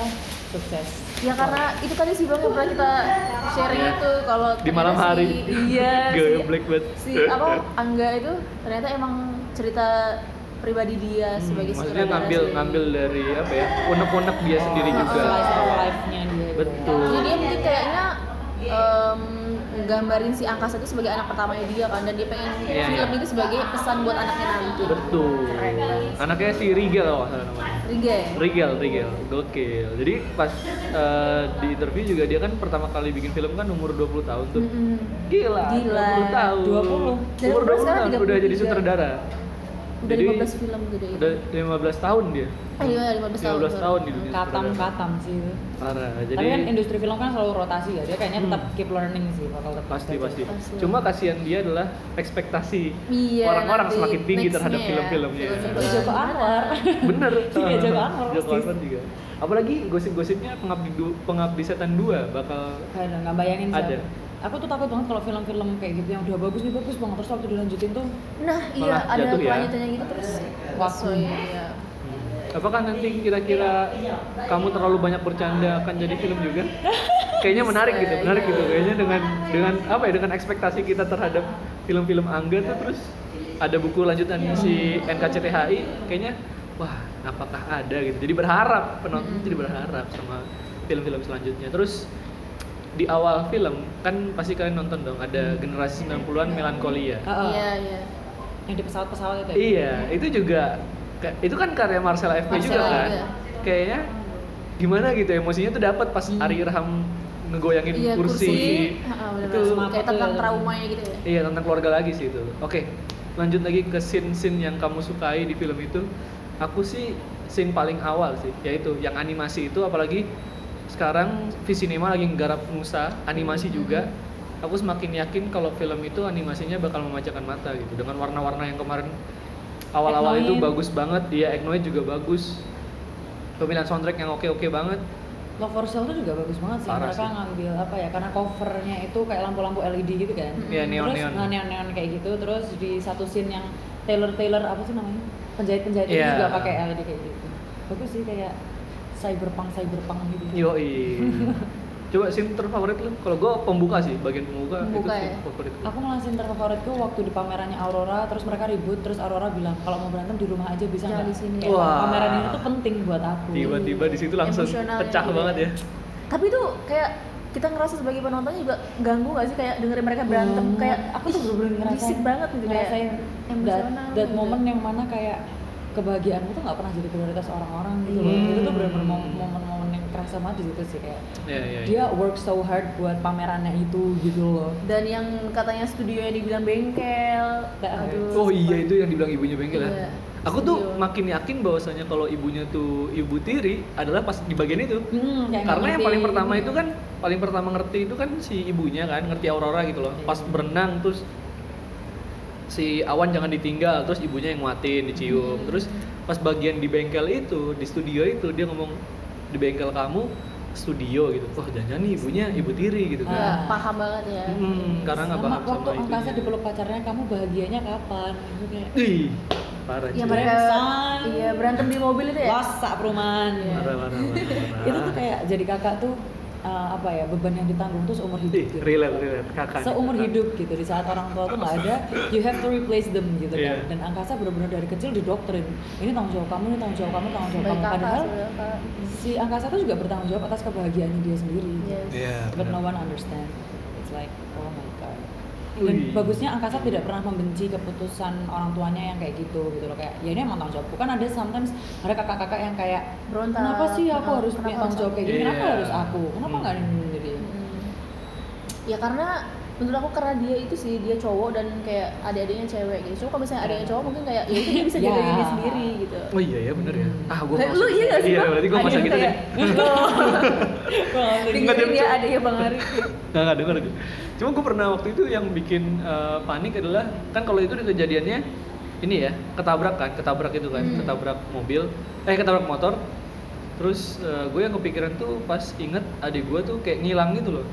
Speaker 9: sukses
Speaker 10: Ya karena itu tadi sih bilang yang pernah kita sharing
Speaker 6: Iya.
Speaker 10: itu kalau
Speaker 6: Di malam
Speaker 10: ternyata
Speaker 6: hari.
Speaker 10: si-
Speaker 6: (laughs)
Speaker 10: iya si-
Speaker 6: Geblek banget.
Speaker 10: si apa Angga itu ternyata emang cerita pribadi dia sebagai
Speaker 6: Hmm, Maksudnya
Speaker 10: sutradara
Speaker 6: ngambil
Speaker 10: sendiri.
Speaker 6: ngambil dari apa ya? Unek-unek dia sendiri juga.
Speaker 9: slice of life-nya dia gitu.
Speaker 6: Betul.
Speaker 10: Jadi dia mungkin kayaknya em, nggambarin si angkasa itu sebagai anak pertamanya dia kan dan dia pengen
Speaker 6: Iya,
Speaker 10: film
Speaker 6: iya.
Speaker 10: itu sebagai pesan buat anaknya nanti.
Speaker 6: Betul.
Speaker 10: Keren banget.
Speaker 6: Anaknya si Rigel kalau nggak salah namanya.
Speaker 10: Riga ya?
Speaker 6: Rigel, Rigel, gokil. Jadi pas eh, di interview juga dia kan pertama kali bikin film kan umur 20 tahun tuh.
Speaker 10: Mm-mm.
Speaker 6: Gila,
Speaker 10: Gila.
Speaker 6: 20 tahun.
Speaker 9: 20.
Speaker 10: Dan
Speaker 6: Umur
Speaker 10: umur
Speaker 6: 20
Speaker 10: sekarang
Speaker 6: tahun udah jadi
Speaker 10: 33.
Speaker 6: sutradara.
Speaker 10: Udah 15 film gede itu.
Speaker 6: Udah 15 tahun dia.
Speaker 10: Eh, iya, 15 tahun.
Speaker 6: 15 tahun di dunia sutradara.
Speaker 9: katam-katam sih itu.
Speaker 6: Parah. Jadi
Speaker 9: Tapi kan industri film kan selalu rotasi ya, dia kayaknya tetap
Speaker 6: Hmm.
Speaker 9: keep learning sih bakal tetap
Speaker 6: pasti pasti.
Speaker 10: Pasti.
Speaker 6: Cuma kasihan dia adalah ekspektasi
Speaker 10: Iya,
Speaker 6: orang-orang
Speaker 10: nanti
Speaker 6: semakin tinggi
Speaker 10: next-nya
Speaker 6: terhadap
Speaker 10: ya.
Speaker 6: film-filmnya. Iya.
Speaker 9: Oh, Joko Anwar.
Speaker 6: Bener.
Speaker 9: Iya, Joko Anwar
Speaker 6: Joko
Speaker 9: pasti.
Speaker 6: Anwar juga. Apalagi gosip-gosipnya pengabdi du- pengabdi setan 2 bakal
Speaker 9: Ada nggak bayangin sih.
Speaker 6: Ada.
Speaker 9: Aku tuh takut banget kalau film-film kayak gitu yang udah bagus nih bagus banget terus waktu dilanjutin tuh
Speaker 10: Nah, iya
Speaker 6: Malah
Speaker 10: ada
Speaker 6: jatuh ya.
Speaker 10: kelanjutannya gitu terus.
Speaker 9: Waktu.
Speaker 10: So, iya.
Speaker 6: Apakah nanti kira-kira kamu terlalu banyak bercanda akan jadi film juga? Kayaknya menarik gitu, menarik gitu. Kayaknya dengan dengan apa ya dengan ekspektasi kita terhadap film-film Angga tuh terus ada buku lanjutan si NKCTHI kayaknya wah apakah ada gitu. Jadi berharap penonton jadi berharap sama film-film selanjutnya. Terus di awal film kan pasti kalian nonton dong ada generasi 90-an melankolia.
Speaker 9: Heeh.
Speaker 10: Iya, iya.
Speaker 9: yang di pesawat-pesawat itu. ya?
Speaker 6: Iya, itu juga ka- itu kan karya Marcella FP juga
Speaker 10: Marcella
Speaker 6: kan.
Speaker 10: juga.
Speaker 6: Kayaknya gimana gitu emosinya tuh dapat pas Ari Irham ngegoyangin
Speaker 10: Iya,
Speaker 6: kursi.
Speaker 10: Heeh, benar.
Speaker 6: Itu
Speaker 10: Kayak tentang traumanya gitu ya.
Speaker 6: iya tentang keluarga lagi sih itu. Oke, lanjut lagi ke scene-scene yang kamu sukai di film itu. Aku sih scene paling awal sih, yaitu yang animasi itu apalagi sekarang Visinema lagi nggarap Nusa, animasi juga. Aku semakin yakin kalau film itu animasinya bakal memajangkan mata gitu dengan warna-warna yang kemarin awal-awal itu
Speaker 9: Eknoid.
Speaker 6: bagus banget. Iya, Eknoid juga bagus. Pemilihan soundtrack yang oke-oke banget.
Speaker 9: Love for Sale tuh juga bagus banget sih.
Speaker 6: Parah
Speaker 9: Mereka
Speaker 6: sih.
Speaker 9: ngambil apa ya? Karena covernya itu kayak lampu-lampu LED gitu kan.
Speaker 6: Iya,
Speaker 9: terus
Speaker 6: neon-neon.
Speaker 9: nah, neon-neon kayak gitu. Terus di satu scene yang Taylor-Taylor apa sih namanya? Penjahit-penjahit itu
Speaker 6: Iya.
Speaker 9: juga pakai LED kayak gitu. Bagus sih kayak cyberpunk cyberpunk gitu.
Speaker 6: Iya. Yoi.
Speaker 10: (laughs)
Speaker 6: Coba scene terfavorit lu? Kalau gua pembuka sih, bagian pembuka,
Speaker 10: Pembuka
Speaker 6: itu
Speaker 10: ya?
Speaker 6: scene favorit gua.
Speaker 9: Aku malah scene terfavoritku waktu di pamerannya Aurora, terus mereka ribut, terus Aurora bilang kalau mau berantem di rumah aja bisa
Speaker 10: Jangan
Speaker 9: nggak?
Speaker 10: di sini. ya.
Speaker 9: Kayak
Speaker 6: Wah. Iya,
Speaker 9: Pameran ini tuh penting buat aku.
Speaker 6: Tiba-tiba di situ langsung
Speaker 10: Emosionalnya
Speaker 6: pecah
Speaker 10: gitu
Speaker 6: banget ya.
Speaker 10: Tapi itu kayak kita ngerasa sebagai penonton juga ganggu gak sih kayak dengerin mereka berantem
Speaker 9: Banget.
Speaker 10: kayak
Speaker 9: aku tuh bener-bener ngerasain
Speaker 10: bisik Hmm. banget gitu kayak
Speaker 9: ngerasain that,
Speaker 10: emosional
Speaker 9: that
Speaker 10: gitu.
Speaker 9: moment yang mana kayak kebahagiaanmu tuh nggak pernah jadi prioritas orang-orang gitu loh
Speaker 10: Iya.
Speaker 6: Hmm.
Speaker 9: itu tuh bener-bener mom- momen-momen yang kerasa banget di situ sih kayak
Speaker 6: Iya, iya.
Speaker 9: dia work so hard buat pamerannya itu gitu loh
Speaker 10: dan yang katanya studionya dibilang bengkel
Speaker 9: Kayak
Speaker 10: aduh
Speaker 6: Oh iya itu yang dibilang ibunya bengkel
Speaker 10: Iya,
Speaker 6: ya. Aku tuh
Speaker 10: studio.
Speaker 6: makin yakin bahwasanya kalau ibunya tuh ibu tiri adalah pas di bagian itu.
Speaker 9: Hmm, kayak
Speaker 6: Karena
Speaker 9: nggak
Speaker 6: yang paling
Speaker 9: ngerti.
Speaker 6: pertama itu kan paling pertama ngerti itu kan si ibunya kan ngerti Aurora gitu
Speaker 9: Iya.
Speaker 6: loh. Pas berenang terus si awan jangan ditinggal terus ibunya yang nguatin dicium.
Speaker 9: Hmm.
Speaker 6: Terus pas bagian di bengkel itu di studio itu dia ngomong di bengkel kamu studio gitu. Wah jangan-jangan nih ibunya ibu tiri gitu
Speaker 10: Ya,
Speaker 6: kan.
Speaker 10: paham banget ya
Speaker 6: Hmm, karena nggak
Speaker 9: Ah. Sama
Speaker 6: paham sama
Speaker 9: waktu angkasa
Speaker 6: itunya.
Speaker 9: dipeluk pacarnya kamu bahagianya kapan Itu kayak
Speaker 6: Ih, parah
Speaker 10: Iya
Speaker 6: cuy.
Speaker 10: mereka
Speaker 9: Remsan.
Speaker 10: iya berantem di mobil itu ya
Speaker 9: losak perumahan
Speaker 6: Parah, parah, parah,
Speaker 9: itu tuh
Speaker 6: parah.
Speaker 9: kayak jadi kakak tuh eh, apa ya beban yang ditanggung tuh seumur hidup
Speaker 6: Ih,
Speaker 9: gitu.
Speaker 6: relate, relate. Kakak.
Speaker 9: seumur hidup gitu di saat orang tua tuh nggak ada you have to replace them gitu kan
Speaker 6: Iya.
Speaker 9: dan angkasa benar-benar dari kecil didoktrin ini tanggung jawab kamu ini tanggung jawab kamu tanggung jawab
Speaker 10: baik
Speaker 9: kamu
Speaker 10: kakak
Speaker 9: padahal
Speaker 10: saudara kakak.
Speaker 9: si angkasa tuh juga bertanggung jawab
Speaker 10: Iya.
Speaker 9: atas kebahagiaannya dia sendiri
Speaker 10: Yes.
Speaker 6: Iya.
Speaker 9: but no
Speaker 6: benar.
Speaker 9: one understand it's like oh my god dan
Speaker 6: Wih.
Speaker 9: bagusnya angkasa tidak pernah membenci keputusan orang tuanya yang kayak gitu gitu loh kayak ya ini emang tanggung jawabku kan ada sometimes ada kakak-kakak yang kayak
Speaker 10: Berontak.
Speaker 9: kenapa sih aku
Speaker 10: Kenapa-
Speaker 9: harus punya
Speaker 10: kenapa
Speaker 9: tanggung jawab
Speaker 10: harus
Speaker 9: kayak gini kenapa
Speaker 6: Iya.
Speaker 9: harus aku kenapa
Speaker 6: Hmm.
Speaker 9: nggak ada yang jadi
Speaker 10: ya karena menurut aku karena dia itu sih dia cowok dan kayak adik-adiknya cewek gitu. Cuma kalau misalnya adiknya cowok mungkin kayak ya itu dia bisa
Speaker 9: Ya.
Speaker 10: jagain diri sendiri gitu.
Speaker 6: (laughs) Oh iya ya bener ya. Ah gua
Speaker 10: Lu
Speaker 6: masuk.
Speaker 10: iya nggak sih,
Speaker 6: Iya
Speaker 10: Bang?
Speaker 6: berarti gua masa gitu deh. (laughs) Nggak, gitu? dia-
Speaker 10: dia adiknya Bang Ari.
Speaker 6: Nggak nggak dengar gue. Cuma gue pernah waktu itu yang bikin eh, panik adalah kan kalau itu kejadiannya ini ya ketabrak kan, ketabrak itu kan, ketabrak mobil, eh ketabrak motor. Terus eh, gue yang kepikiran tuh pas inget adik gue tuh kayak ngilang gitu loh.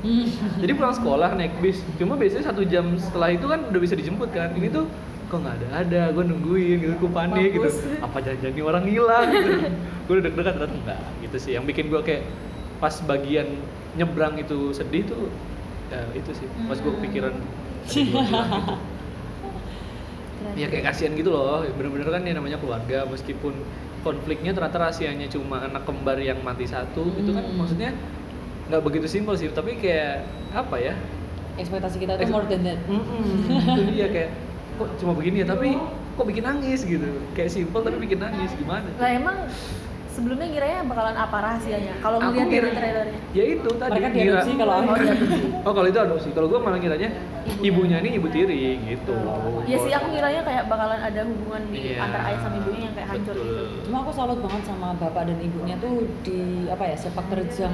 Speaker 6: Jadi pulang sekolah naik bis, cuma biasanya satu jam setelah itu kan udah bisa dijemput kan. Ini tuh kok nggak ada ada, gue nungguin gitu, gue panik gitu. Apa jangan-jangan ini orang hilang? Gitu. gue udah deg-degan ternyata enggak gitu sih. Yang bikin gue kayak pas bagian nyebrang itu sedih tuh ya itu sih. Pas gue kepikiran adik gua hilang gitu. Ya kayak kasihan gitu loh, Ya, bener-bener kan ya namanya keluarga meskipun konfliknya ternyata rahasianya cuma anak kembar yang mati satu itu kan
Speaker 9: Hmm.
Speaker 6: maksudnya nggak begitu simpel sih tapi kayak apa ya
Speaker 9: ekspektasi kita tuh
Speaker 6: Eks-
Speaker 9: more than that
Speaker 6: Mm-mm. itu dia kayak kok cuma begini ya tapi kok bikin nangis gitu kayak simple tapi bikin nangis gimana
Speaker 10: Lah emang sebelumnya kiranya bakalan apa rahasianya? Kalau
Speaker 6: Iya. Aku
Speaker 10: ngeliat dari
Speaker 6: kira-
Speaker 10: trailernya.
Speaker 6: ya itu tadi
Speaker 9: mereka
Speaker 6: ngira-
Speaker 9: diadopsi kalau
Speaker 10: Oh,
Speaker 9: aku
Speaker 10: iya.
Speaker 6: oh kalau itu adopsi kalau gue malah kiranya ibunya ini ibu tiri gitu
Speaker 10: Ya sih aku ngiranya kayak bakalan ada hubungan di
Speaker 6: Iya.
Speaker 10: antara ayah sama ibunya yang kayak hancur
Speaker 6: Betul.
Speaker 10: gitu.
Speaker 9: cuma aku salut banget sama bapak dan ibunya tuh di apa ya sepak terjang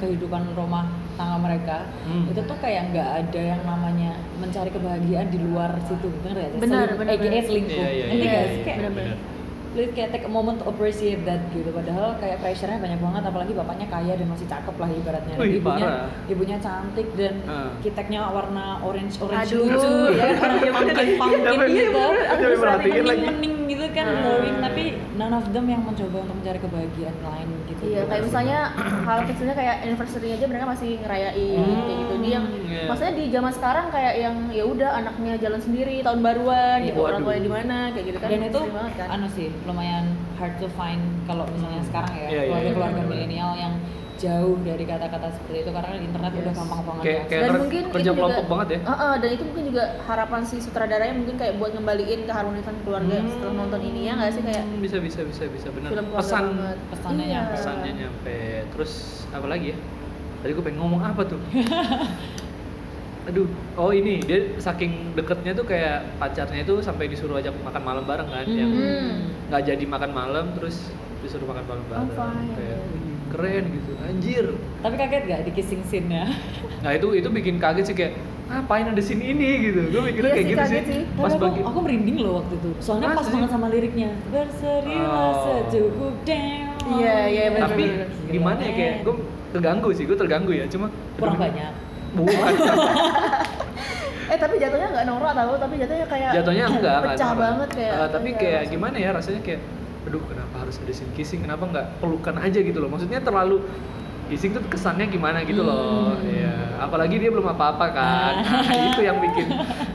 Speaker 9: kehidupan rumah tangga mereka
Speaker 6: Hmm.
Speaker 9: itu tuh kayak nggak ada yang namanya mencari kebahagiaan di luar situ bener ya
Speaker 10: Benar,
Speaker 9: Selingkuh,
Speaker 10: benar,
Speaker 9: AKA
Speaker 10: benar.
Speaker 9: selingkuh
Speaker 6: Iya, iya,
Speaker 9: Ngerti
Speaker 6: iya,
Speaker 9: nggak
Speaker 6: iya,
Speaker 9: sih?
Speaker 6: iya,
Speaker 9: Kayak-
Speaker 6: benar.
Speaker 9: Lu kayak take a moment to appreciate that gitu padahal kayak pressure-nya banyak banget apalagi bapaknya kaya dan masih cakep lah ibaratnya
Speaker 6: Wih,
Speaker 9: ibunya
Speaker 6: parah.
Speaker 9: ibunya cantik dan
Speaker 6: Ah.
Speaker 9: kiteknya warna orange orange
Speaker 10: Aduh.
Speaker 9: lucu ya kan pumpkin pumpkin
Speaker 6: Capek-
Speaker 9: gitu
Speaker 6: capek merhatiin lagi. Ah.
Speaker 9: kuning gitu kan glowing tapi none of them yang mencoba untuk mencari kebahagiaan lain gitu
Speaker 10: Iya, kayak misalnya (clears throat) hal kecilnya kayak anniversary aja mereka masih ngerayain kayak gitu. Dia yang
Speaker 6: iya.
Speaker 10: maksudnya di zaman sekarang kayak yang ya udah anaknya jalan sendiri tahun baruan gitu,
Speaker 6: Waduh.
Speaker 10: orang tuanya di mana kayak gitu kan.
Speaker 9: dan itu
Speaker 10: sering banget kan. Hmm.
Speaker 9: anu sih lumayan hard to find kalau misalnya sekarang ya
Speaker 6: Iya, iya,
Speaker 9: keluarga keluarga
Speaker 6: iya, benar.
Speaker 9: milenial yang jauh dari kata-kata seperti itu karena internet udah gampang banget ya.
Speaker 6: Kayak-
Speaker 9: diakses.
Speaker 6: kayak- ker- kerja
Speaker 10: itu
Speaker 6: kelompok banget ya?
Speaker 10: Heeh, dan itu mungkin juga harapan si sutradaranya mungkin kayak buat ngembaliin keharmonisan keluarga
Speaker 6: Hmm.
Speaker 10: setelah nonton ini ya nggak sih kayak
Speaker 6: Hmm, bisa bisa bisa bisa benar
Speaker 10: film keluarga
Speaker 6: pesan
Speaker 10: banget.
Speaker 9: pesannya
Speaker 10: Iya.
Speaker 9: nyampe.
Speaker 6: pesannya nyampe terus apa lagi ya tadi gue pengen ngomong apa
Speaker 10: (laughs)
Speaker 6: tuh aduh oh ini dia saking deketnya tuh kayak pacarnya itu sampai disuruh ajak makan malam bareng kan yang
Speaker 10: Hmm.
Speaker 6: nggak jadi makan malam terus disuruh makan malam bareng
Speaker 10: Oh, fine.
Speaker 6: kayak "Wih, keren gitu anjir
Speaker 9: tapi kaget gak di kissing scene nya
Speaker 6: nah itu itu bikin kaget sih kayak ngapain ada scene ini gitu gue mikirnya
Speaker 10: Iya
Speaker 6: kayak
Speaker 10: sih,
Speaker 6: gitu sih,
Speaker 10: kaget sih.
Speaker 6: pas
Speaker 9: Tapi aku,
Speaker 6: bagi
Speaker 9: aku merinding loh waktu itu. Soalnya
Speaker 6: Masa
Speaker 9: pas
Speaker 6: sih?
Speaker 10: eh.
Speaker 9: banget sama liriknya. Berserilah
Speaker 6: Oh.
Speaker 9: secukup down.
Speaker 10: Iya, iya, bener,
Speaker 6: tapi gimana ya kayak gue terganggu sih gue terganggu ya cuma
Speaker 9: kurang banyak.
Speaker 6: bukan
Speaker 10: Eh tapi jatuhnya nggak norak tau, tapi jatuhnya kayak (clears throat)
Speaker 6: jatuhnya enggak enggak
Speaker 10: pecah
Speaker 6: norak.
Speaker 10: banget kayak.
Speaker 6: Eh, tapi
Speaker 10: iya.
Speaker 6: kayak gimana ya rasanya kayak aduh kenapa harus ada scene kissing kenapa nggak pelukan aja gitu loh maksudnya terlalu kissing tuh kesannya gimana gitu loh
Speaker 10: Hmm.
Speaker 6: ya apalagi dia belum apa-apa kan
Speaker 10: Ah.
Speaker 6: Nah, itu yang bikin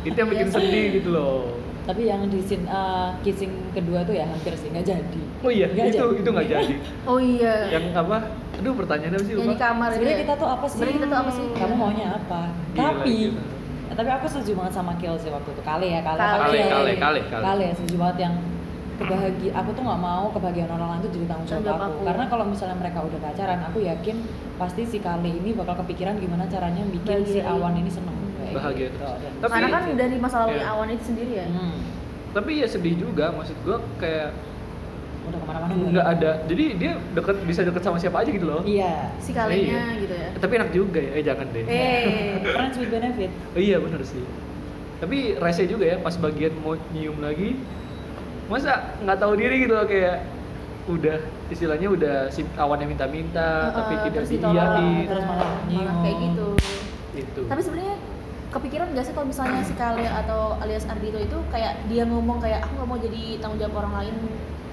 Speaker 6: itu yang
Speaker 10: (laughs)
Speaker 6: bikin sedih gitu loh
Speaker 9: Tapi yang di scene eh, kissing kedua tuh ya hampir sih nggak jadi.
Speaker 6: oh iya
Speaker 9: Nggak
Speaker 6: itu
Speaker 9: jadi.
Speaker 6: itu nggak
Speaker 10: (laughs)
Speaker 6: jadi
Speaker 10: Oh iya.
Speaker 6: yang apa aduh pertanyaannya apa sih
Speaker 10: Yang di
Speaker 6: lupa
Speaker 10: kamar
Speaker 9: Sebenarnya
Speaker 10: itu ya.
Speaker 9: kita tuh apa sih?
Speaker 10: Sebenarnya kita tuh apa sih?
Speaker 9: Kamu maunya apa?
Speaker 6: Gila,
Speaker 9: tapi
Speaker 6: gila.
Speaker 9: eh, tapi aku setuju banget sama Kiel sih waktu itu. Kale ya, Kale.
Speaker 10: Kale.
Speaker 9: Apa Kiel?
Speaker 6: Kale, Kale, Kale.
Speaker 9: Kale, ya, setuju banget yang kebahagia aku tuh nggak mau kebahagiaan orang lain itu jadi tanggung
Speaker 10: Tanggung
Speaker 9: jawab
Speaker 10: jawab
Speaker 9: aku.
Speaker 10: aku.
Speaker 9: karena kalau misalnya mereka udah pacaran aku yakin pasti si Kale ini bakal kepikiran gimana caranya bikin si
Speaker 10: Bahagiain.
Speaker 9: awan ini seneng Kayak
Speaker 6: Bahagia
Speaker 9: gitu.
Speaker 6: terus.
Speaker 9: Dan-
Speaker 6: Tapi-
Speaker 10: Karena kan dari masalah
Speaker 6: Iya.
Speaker 10: awan itu sendiri ya.
Speaker 9: Hmm.
Speaker 6: tapi ya sedih juga maksud gua kayak
Speaker 9: udah kemana-mana
Speaker 6: nggak ada jadi dia deket bisa deket sama siapa aja gitu loh
Speaker 9: iya
Speaker 10: Si kalengnya
Speaker 6: Iya.
Speaker 10: gitu ya.
Speaker 6: tapi enak juga ya eh jangan deh
Speaker 10: Eh,
Speaker 9: friends with benefit
Speaker 6: Oh iya bener sih. Tapi rese juga ya pas bagian mau nyium lagi. Masa nggak tahu diri gitu loh kayak udah istilahnya udah si awannya minta-minta tapi
Speaker 10: eh,
Speaker 6: tidak
Speaker 10: terus ditolak,
Speaker 6: diiyain
Speaker 9: terus malah
Speaker 10: malah
Speaker 9: nyium.
Speaker 10: kayak gitu.
Speaker 6: itu.
Speaker 10: Tapi sebenarnya kepikiran gak sih kalau misalnya si Kale atau alias Ardito itu kayak dia ngomong kayak aku nggak mau jadi tanggung jawab orang lain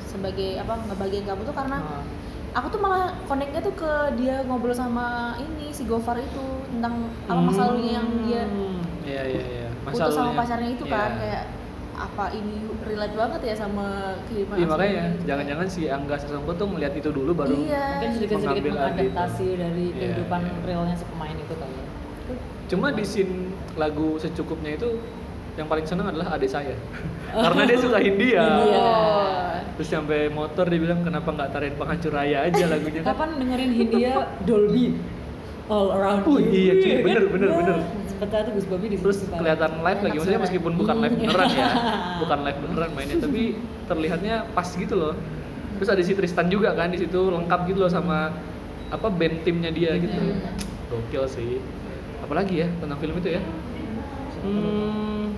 Speaker 10: sebagai apa ngebagiin kamu tuh karena
Speaker 6: Ah.
Speaker 9: Nah,
Speaker 10: aku tuh malah connectnya tuh ke dia ngobrol sama ini si Gofar itu tentang apa masa lalunya yang dia
Speaker 6: Hmm, Iya iya iya. Masa
Speaker 10: putus sama
Speaker 6: lalunya.
Speaker 10: pacarnya itu kan
Speaker 6: Iya.
Speaker 10: kayak apa ini relate banget ya sama kehidupan
Speaker 6: Iya
Speaker 10: aslinya
Speaker 6: makanya
Speaker 10: gitu.
Speaker 6: jangan-jangan si Angga Sasongko tuh ngeliat itu dulu baru
Speaker 10: iya
Speaker 9: mungkin sedikit-sedikit
Speaker 6: Mengambil
Speaker 9: mengadaptasi dari
Speaker 6: Iya,
Speaker 9: kehidupan
Speaker 6: iya.
Speaker 9: realnya si pemain itu kali ya.
Speaker 6: Cuma Cuma di scene lagu secukupnya itu yang paling seneng adalah adik saya. (laughs) Karena dia suka Hindia.
Speaker 9: Hindia.
Speaker 10: Iya.
Speaker 6: Terus sampai motor dia bilang kenapa nggak tarian penghancur raya aja lagunya kan.
Speaker 9: Kapan dengerin Hindia Dolby All Around
Speaker 6: Uh,
Speaker 9: You?
Speaker 6: iya, cuy.
Speaker 9: kan?
Speaker 6: Bener, bener,
Speaker 9: Wah,
Speaker 6: bener.
Speaker 9: Seperti itu Gus Bobby di situ
Speaker 6: Terus
Speaker 9: suka.
Speaker 6: kelihatan live lagi maksudnya meskipun bukan live beneran
Speaker 9: (laughs)
Speaker 6: ya. Bukan live beneran mainnya tapi terlihatnya pas gitu loh. Terus ada si Tristan juga kan di situ lengkap gitu loh sama apa band timnya dia
Speaker 9: Iya,
Speaker 6: gitu. Gokil sih. Apalagi ya tentang film itu ya? Hmm,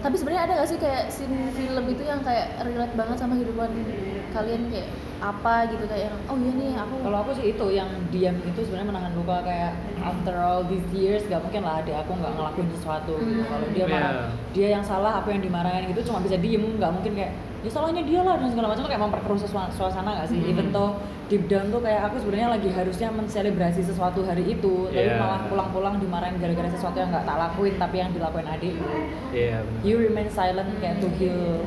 Speaker 10: Tapi sebenarnya ada gak sih kayak scene film itu yang kayak relate banget sama kehidupan kalian kayak apa gitu kayak yang oh iya nih aku
Speaker 9: Kalau aku sih itu yang diam itu sebenarnya menahan luka kayak after all these years gak mungkin lah ada aku nggak ngelakuin sesuatu gitu. Kalau dia marah,
Speaker 6: Yeah.
Speaker 9: dia yang salah, aku yang dimarahin gitu cuma bisa diem, nggak mungkin kayak ya salahnya dia lah dan segala macam tuh kayak memperkeruh sesua- suasana gak sih?
Speaker 6: Hmm.
Speaker 9: Even though deep down tuh kayak aku sebenarnya lagi harusnya menselebrasi sesuatu hari itu, tapi
Speaker 6: Yeah.
Speaker 9: malah pulang-pulang dimarahin gara-gara sesuatu yang nggak tak lakuin tapi yang dilakuin adik.
Speaker 6: iya bener.
Speaker 9: You remain silent kayak to heal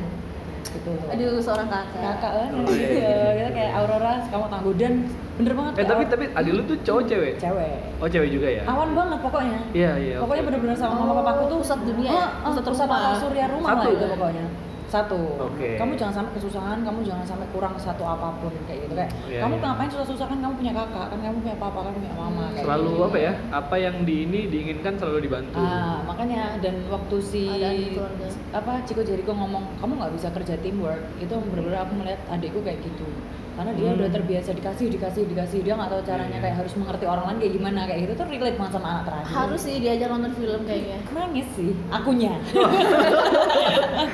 Speaker 9: gitu.
Speaker 10: aduh seorang kakak.
Speaker 9: Kakak kan, iya, kita kayak Aurora kamu tangguh dan bener banget.
Speaker 6: Eh
Speaker 9: kayak
Speaker 6: tapi
Speaker 9: Aurora-
Speaker 6: tapi adik lu tuh cowok cewek?
Speaker 9: cewek
Speaker 6: Oh cewek juga ya?
Speaker 9: awan banget pokoknya
Speaker 6: Iya iya.
Speaker 9: pokoknya
Speaker 6: oke.
Speaker 9: bener-bener sama mama
Speaker 10: Oh,
Speaker 9: papaku tuh
Speaker 10: pusat dunia ya?
Speaker 9: Ah, ah,
Speaker 10: Pusat
Speaker 9: pusat
Speaker 10: rumah.
Speaker 9: apa, surya rumah
Speaker 6: Satu. ya?
Speaker 9: lah itu pokoknya satu
Speaker 6: Oke.
Speaker 9: kamu jangan sampai kesusahan kamu jangan sampai kurang satu apapun kayak gitu kayak
Speaker 6: Iya,
Speaker 9: kamu
Speaker 6: iya.
Speaker 9: ngapain susah-susah kan kamu punya kakak kan kamu punya papa kan punya mama kayak
Speaker 6: Selalu
Speaker 9: gitu.
Speaker 6: apa ya? Apa yang di ini diinginkan selalu dibantu.
Speaker 9: Ah, makanya dan waktu si
Speaker 10: Ada di keluarga.
Speaker 9: apa Ciko Jericho ngomong kamu nggak bisa kerja teamwork itu benar-benar aku melihat adikku kayak gitu karena dia
Speaker 6: Hmm.
Speaker 9: udah terbiasa dikasih dikasih dikasih dia nggak tahu caranya
Speaker 6: Iya.
Speaker 9: kayak harus mengerti orang lain kayak gimana kayak gitu tuh relate banget sama anak terakhir
Speaker 10: Harus sih diajak nonton film kayaknya.
Speaker 9: nangis sih akunya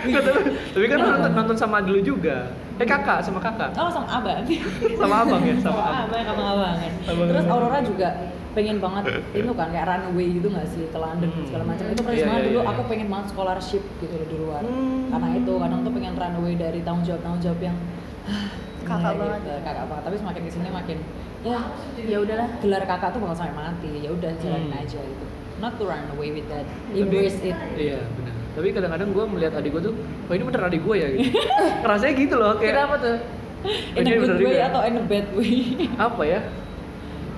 Speaker 6: Nggak, tapi, tapi
Speaker 9: Iya.
Speaker 6: kan nonton, nonton sama dulu juga. Eh kakak sama kakak.
Speaker 9: oh sama abang
Speaker 6: Sama abang ya, sama abang.
Speaker 9: abang sama abang kan
Speaker 6: Abang.
Speaker 9: terus Aurora juga pengen banget itu kan kayak runaway gitu nggak sih ke London
Speaker 6: Eh, Hmm.
Speaker 9: segala macam itu
Speaker 6: Iya,
Speaker 9: persis
Speaker 6: iya,
Speaker 9: banget dulu
Speaker 6: iya.
Speaker 9: aku pengen banget scholarship gitu loh di luar
Speaker 6: Hmm.
Speaker 9: karena itu kadang tuh pengen runaway dari tanggung jawab tanggung jawab yang
Speaker 10: Kakak
Speaker 9: gimana
Speaker 10: banget.
Speaker 9: gitu, kakak banget tapi semakin kesini makin ya
Speaker 10: Ya udahlah.
Speaker 9: gelar kakak tuh bakal sampai mati ya udah jalanin
Speaker 6: Hmm.
Speaker 9: aja gitu not to run away with that
Speaker 6: Tapi-
Speaker 9: (laughs) embrace it
Speaker 6: Iya benar. Tapi kadang-kadang gue melihat adik gue tuh, wah ini bener adik gue ya
Speaker 9: (laughs)
Speaker 6: gitu. Rasanya gitu loh kayak. Kenapa tuh?
Speaker 9: in a good way atau in a bad way
Speaker 6: apa ya?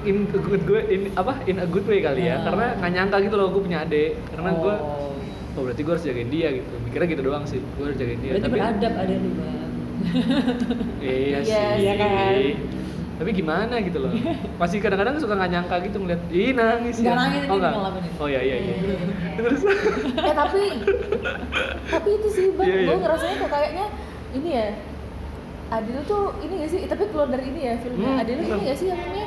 Speaker 6: In a good gue in apa? In a good way kali ya.
Speaker 9: Ah.
Speaker 6: Karena nggak nyangka gitu loh gue punya adik. Karena gue
Speaker 9: Oh.
Speaker 6: Oh berarti gue harus jagain dia gitu. Mikirnya gitu doang sih. Gue harus jagain dia.
Speaker 9: berarti beradab ada lu Bang.
Speaker 6: Iya
Speaker 10: Iya
Speaker 6: sih.
Speaker 9: Iya kan?
Speaker 6: Tapi gimana gitu loh. Masih kadang-kadang suka nggak nyangka gitu ngeliat, ih nangis
Speaker 9: Nggak nangis, ini
Speaker 6: oh, nggak?
Speaker 9: ngalamin itu.
Speaker 6: Oh iya iya iya. Terus
Speaker 10: Eh
Speaker 6: (laughs)
Speaker 10: tapi tapi itu sih bang,
Speaker 6: Iya, iya.
Speaker 10: gue ngerasanya kok kayaknya ini ya Adil tuh ini gak sih? Tapi keluar dari ini ya filmnya
Speaker 6: Hmm,
Speaker 10: Adil ini
Speaker 6: bener.
Speaker 10: gak sih yang namanya